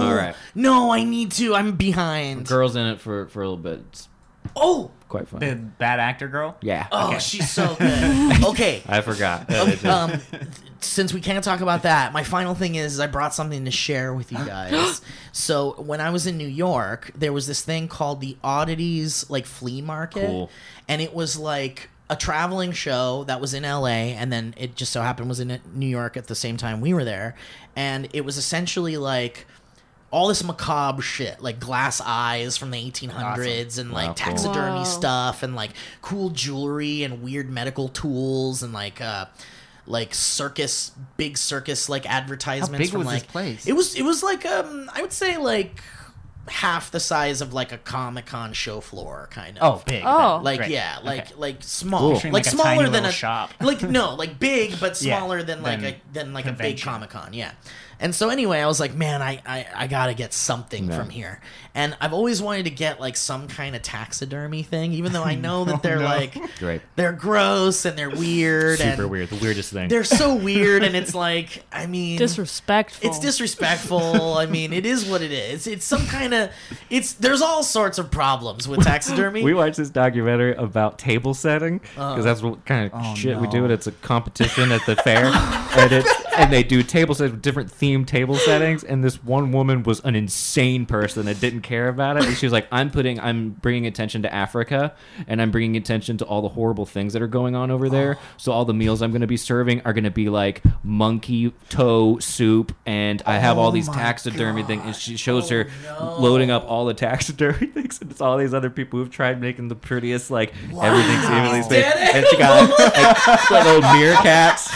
All right. No, I need to. I'm behind. Girls in it for for a little bit. It's Oh. quite fun. The bad actor girl. yeah. Oh, she's so good. okay. I forgot. um, th- since we can't talk about that, my final thing is I brought something to share with you guys. so when I was in New York, there was this thing called the Oddities like flea market, Cool. and it was like a traveling show that was in LA and then it just so happened was in New York at the same time we were there and it was essentially like all this macabre shit like glass eyes from the 1800s and like Wow, cool. taxidermy Wow. stuff and like cool jewelry and weird medical tools and like uh like circus big circus like advertisements big from was like this place? it was it was like um I would say like half the size of like a Comic Con show floor kind of Oh, big. Oh. like Great. yeah like Okay. like small Cool. like, Picturing, like, a smaller tiny than little a shop. like no like big but Yeah, smaller than like than a than like a big convention. comic con yeah and so anyway i was like man i i, I gotta get something from here and i've always wanted to get like some kind of taxidermy thing even though i know that they're like Great. they're gross and they're weird Super and weird. The weirdest thing. they're so weird and it's like i mean Disrespectful. it's disrespectful. I mean, it is what it is. It's some kind of it's there's all sorts of problems with taxidermy. We watched this documentary about table setting because that's what kind of Uh. Oh, shit we do. no. And it's a competition at the fair, and it's and they do table sets with different themed table settings. And this one woman was an insane person that didn't care about it. And she was like, "I'm putting, I'm bringing attention to Africa, and I'm bringing attention to all the horrible things that are going on over Oh. there. So all the meals I'm going to be serving are going to be like monkey toe soup, and I Oh have all these taxidermy things." And she shows her loading up all the taxidermy things, and it's all these other people who've tried making the prettiest, like everything seemingly safe. And she got like, like old meerkats.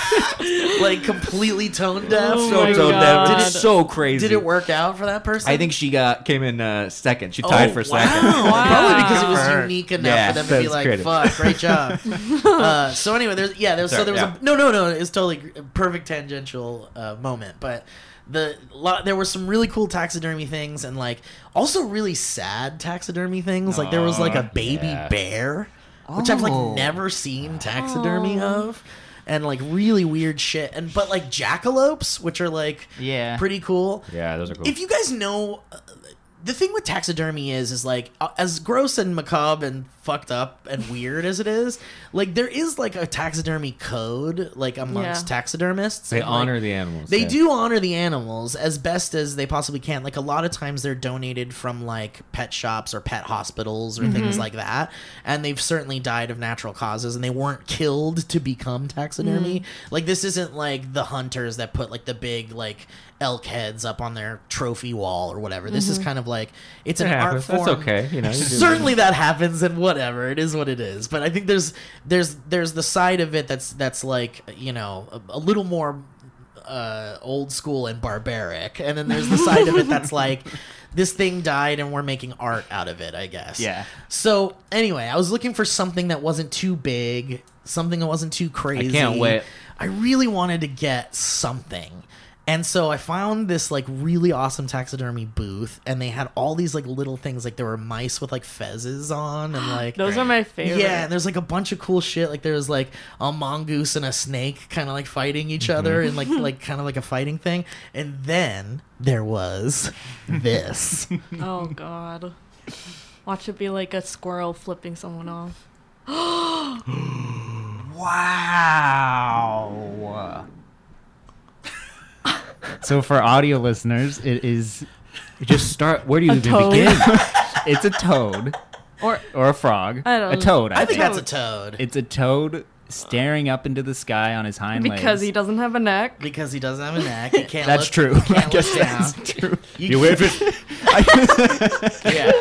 like completely tone deaf. Oh so my so God. deaf. It's so crazy. Did it work out for that person? I think she got came in uh, second. She tied for second. Wow. Oh, Wow. Probably because it was Oh, Good for her. unique enough Yeah, for them to be that's like, creative. "Fuck, great job." uh, so anyway, there's yeah, there's so Sorry, there was yeah. a no, no, no. It was totally gr- perfect tangential uh, moment, but the lot there were some really cool taxidermy things and like also really sad taxidermy things. Like there was like a baby yeah. bear, which I've Oh. like never seen taxidermy of. And like really weird shit, and but like jackalopes, which are like Yeah. pretty cool. Yeah, those are cool. If you guys know, uh, the thing with taxidermy is, is like uh, as gross and macabre and fucked up and weird as it is, like there is like a taxidermy code like amongst Yeah. taxidermists. they and, honor like, the animals. They yeah. do honor the animals as best as they possibly can. Like a lot of times they're donated from like pet shops or pet hospitals or things like that. And they've certainly died of natural causes and they weren't killed to become taxidermy. Like this isn't like the hunters that put like the big like elk heads up on their trophy wall or whatever. This is kind of like it's It an happens. art form. That's okay. You know, you do- certainly that happens and whatever it is what it is but i think there's there's there's the side of it that's that's like you know a, a little more uh old school and barbaric and then there's the side of it that's like this thing died and we're making art out of it i guess Yeah. so anyway i was looking for something that wasn't too big something that wasn't too crazy wait. i really wanted to get something and so I found this like really awesome taxidermy booth, and they had all these like little things, like there were mice with like fezzes on, and like Those are my favorite. yeah, and there's like a bunch of cool shit. Like there was like a mongoose and a snake kind of like fighting each Mm-hmm. other, and like like kind of like a fighting thing. And then there was this. Oh god. Watch it be like a squirrel flipping someone off. Wow. so for audio listeners, it is just start. Where do you A even toad. begin? it's a toad Or or a frog. I don't a toad. I, I think think that's a toad it's a toad staring up into the sky on his hind legs. because he doesn't have a neck. because he doesn't have a neck. He can't. That's look- true. he Can't I guess look down. that's true. You Beware of it. can't- yeah.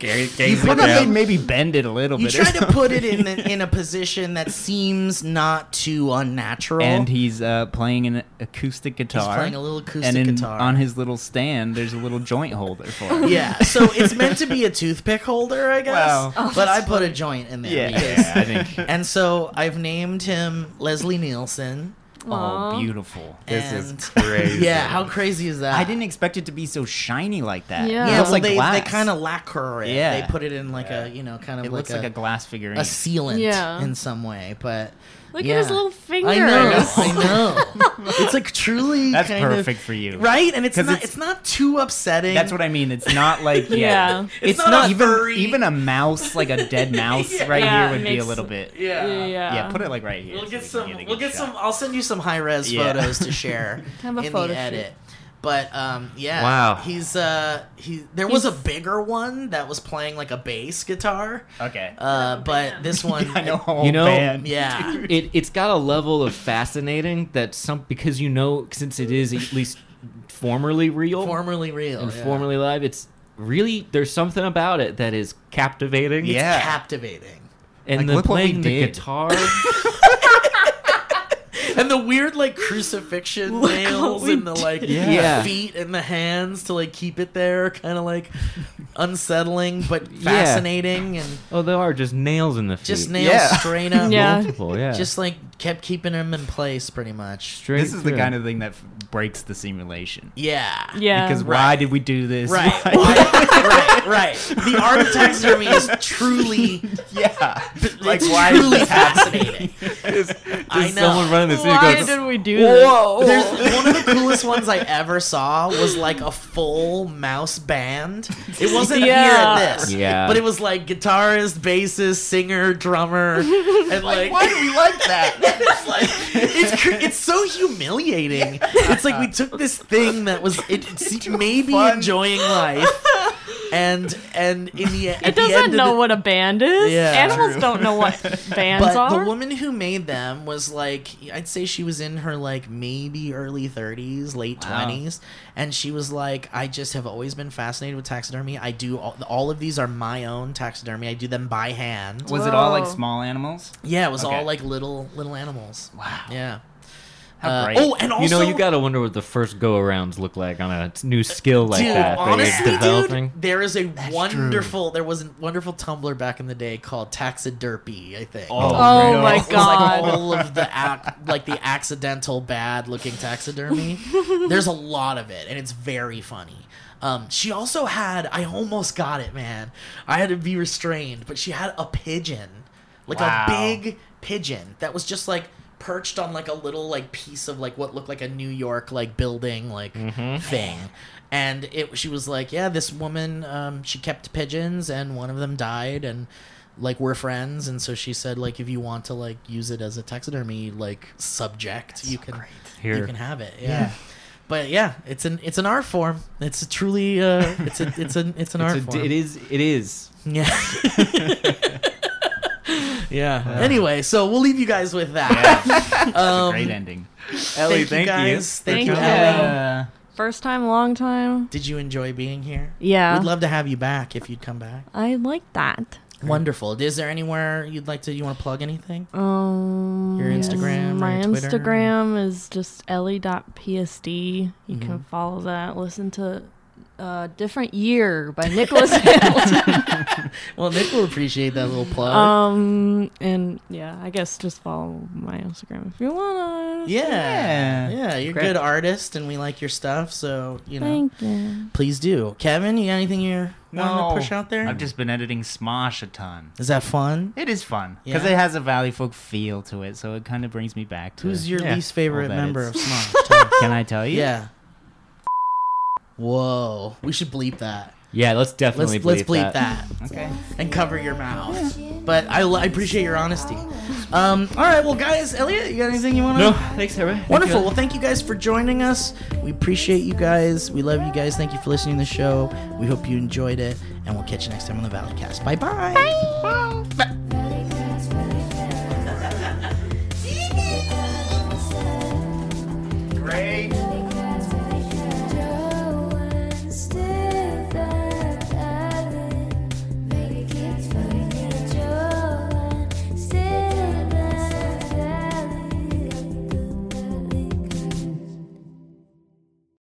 You put they maybe bend it a little You bit. try to put it in in a position that seems not too unnatural. and he's uh, playing an acoustic guitar. playing a little acoustic and in- guitar. on his little stand, there's a little joint holder for him. yeah, so it's meant to be a toothpick holder, I guess. Wow. Oh, but I put a joint in there. because- yeah, I think. And so I've named him Leslie Nielsen. Oh, Aw. beautiful. This is crazy. Yeah, how crazy is that? I didn't expect it to be so shiny like that. Yeah. It Yeah, looks well, like they, glass. they kind of lacquer it. Yeah. They put it in like a you know kind of It like, looks a, like a glass figurine. a sealant Yeah. in some way, but. Look yeah. at his little fingers. I know, I know. it's like truly That's kind of- perfect for you. right? And it's 'Cause not, it's, it's- not too upsetting. That's what I mean. It's not like yeah. Yeah. It's, not not, a even furry- even a mouse like a dead mouse right Yeah, here would it be a makes- little bit. Yeah. Yeah. Yeah. put it like right here. We'll so get we can some. a good we'll get shot. some. I'll send you some high res Yeah. photos to share Have a in photo the shoot. edit. But um, yeah, Wow. He's uh, he. There was a He's- bigger one that was playing like a bass guitar. Okay. Oh, Uh, but this one, I know. whole You know- band. Yeah, it it's got a level of fascinating that some because you know since it is at least formerly real formerly real and Oh, yeah. formerly live, it's really there's something about it that is captivating. Yeah. captivating. and Like, the look what we playing the did. guitar. And the weird like crucifixion Look what nails we and the like Yeah. Yeah. feet and the hands to like keep it there, kind of like unsettling but Yeah. fascinating and oh, there are just nails in the feet. just nails Yeah. straight up. Yeah. Multiple, yeah. just like kept keeping him in place pretty much straight. This is the through. kind of thing that f- breaks the simulation. yeah Yeah. Because why Right. did we do this? right Why- right right, right. the art of taxidermy is truly yeah. like truly fascinating i know someone running this video Why goes, did we do this? There's one of the coolest ones I ever saw was like a full mouse band. It wasn't Yeah. here at this, Yeah. but it was like guitarist, bassist, singer, drummer, and like. Why do we like that? it's like it's cr- it's so humiliating. It's like we took this thing that was it, it se- maybe fun. enjoying life, and and in the e, at It the end doesn't of know the, what a band is. Yeah. Animals True. don't know what bands But are. the woman who made them was like, I'd say she was in her like maybe early 30s, late Wow. 20s. And she was like, I just have always been fascinated with taxidermy. I do all, all of these are my own taxidermy. I do them by hand. Was it all like Whoa. small animals? Yeah, it was Okay. all like little little animals. Wow. Yeah. How Uh, great. oh, and also, you know, you gotta wonder what the first go arounds look like on a new skill like dude, that. that is honestly, developing. dude, there is a true. wonderful, there was a wonderful Tumblr back in the day called Taxiderpy, I think. Oh no. my It was like God. all of the ac- like the accidental bad looking taxidermy. There's a lot of it, and it's very funny. Um, she also had I almost got it, man. I had to be restrained, but she had a pigeon, like Wow. a big pigeon that was just like perched on like a little like piece of like what looked like a New York like building like thing. And it she was like, yeah, this woman um, she kept pigeons and one of them died and like we're friends and so she said like if you want to like use it as a taxidermy like subject you can you Here. can have it yeah. But yeah, it's an it's an art form. It's a truly uh, it's a it's an it's an art It's a- form. it is. It is. Yeah. Yeah. anyway, so we'll leave you guys with that. um, Great ending. Ellie, thank, you guys. Thank you, coming. Ellie. Uh, First time, long time. Did you enjoy being here? Yeah. We'd love to have you back if you'd come back. I like that. Wonderful. Is there anywhere you'd like to? You want to plug anything? Um, Your yes. Instagram or My your Twitter? Instagram is just ellie.psd. You Mm-hmm. can follow that. Listen to uh, Different Year by Nicholas Hamilton. Well, Nick will appreciate that little plug. um, and yeah, I guess just follow my Instagram if you want to. yeah, yeah. yeah, you're a Great. good artist, and we like your stuff. So you know, Thank you. please do. Kevin, you got anything you're wanting to push out there? I've just been editing Smosh a ton. Is that fun? It is fun because Yeah? it has a Valley Folk feel to it, so it kind of brings me back to Who's your yeah, least favorite all that member of is. Smosh? Tell us. Can I tell you? yeah. Whoa, we should bleep that. Yeah, let's Let's definitely let's bleep bleep that. that. Okay. and cover your mouth. But I, I appreciate your honesty. Um, all right, well, guys, Elliot, you got anything you want to? No, thanks, everybody. Wonderful. Well, thank you guys for joining us. We appreciate you guys. We love you guys. Thank you for listening to the show. We hope you enjoyed it, and we'll catch you next time on the Valleycast. Bye-bye. Bye.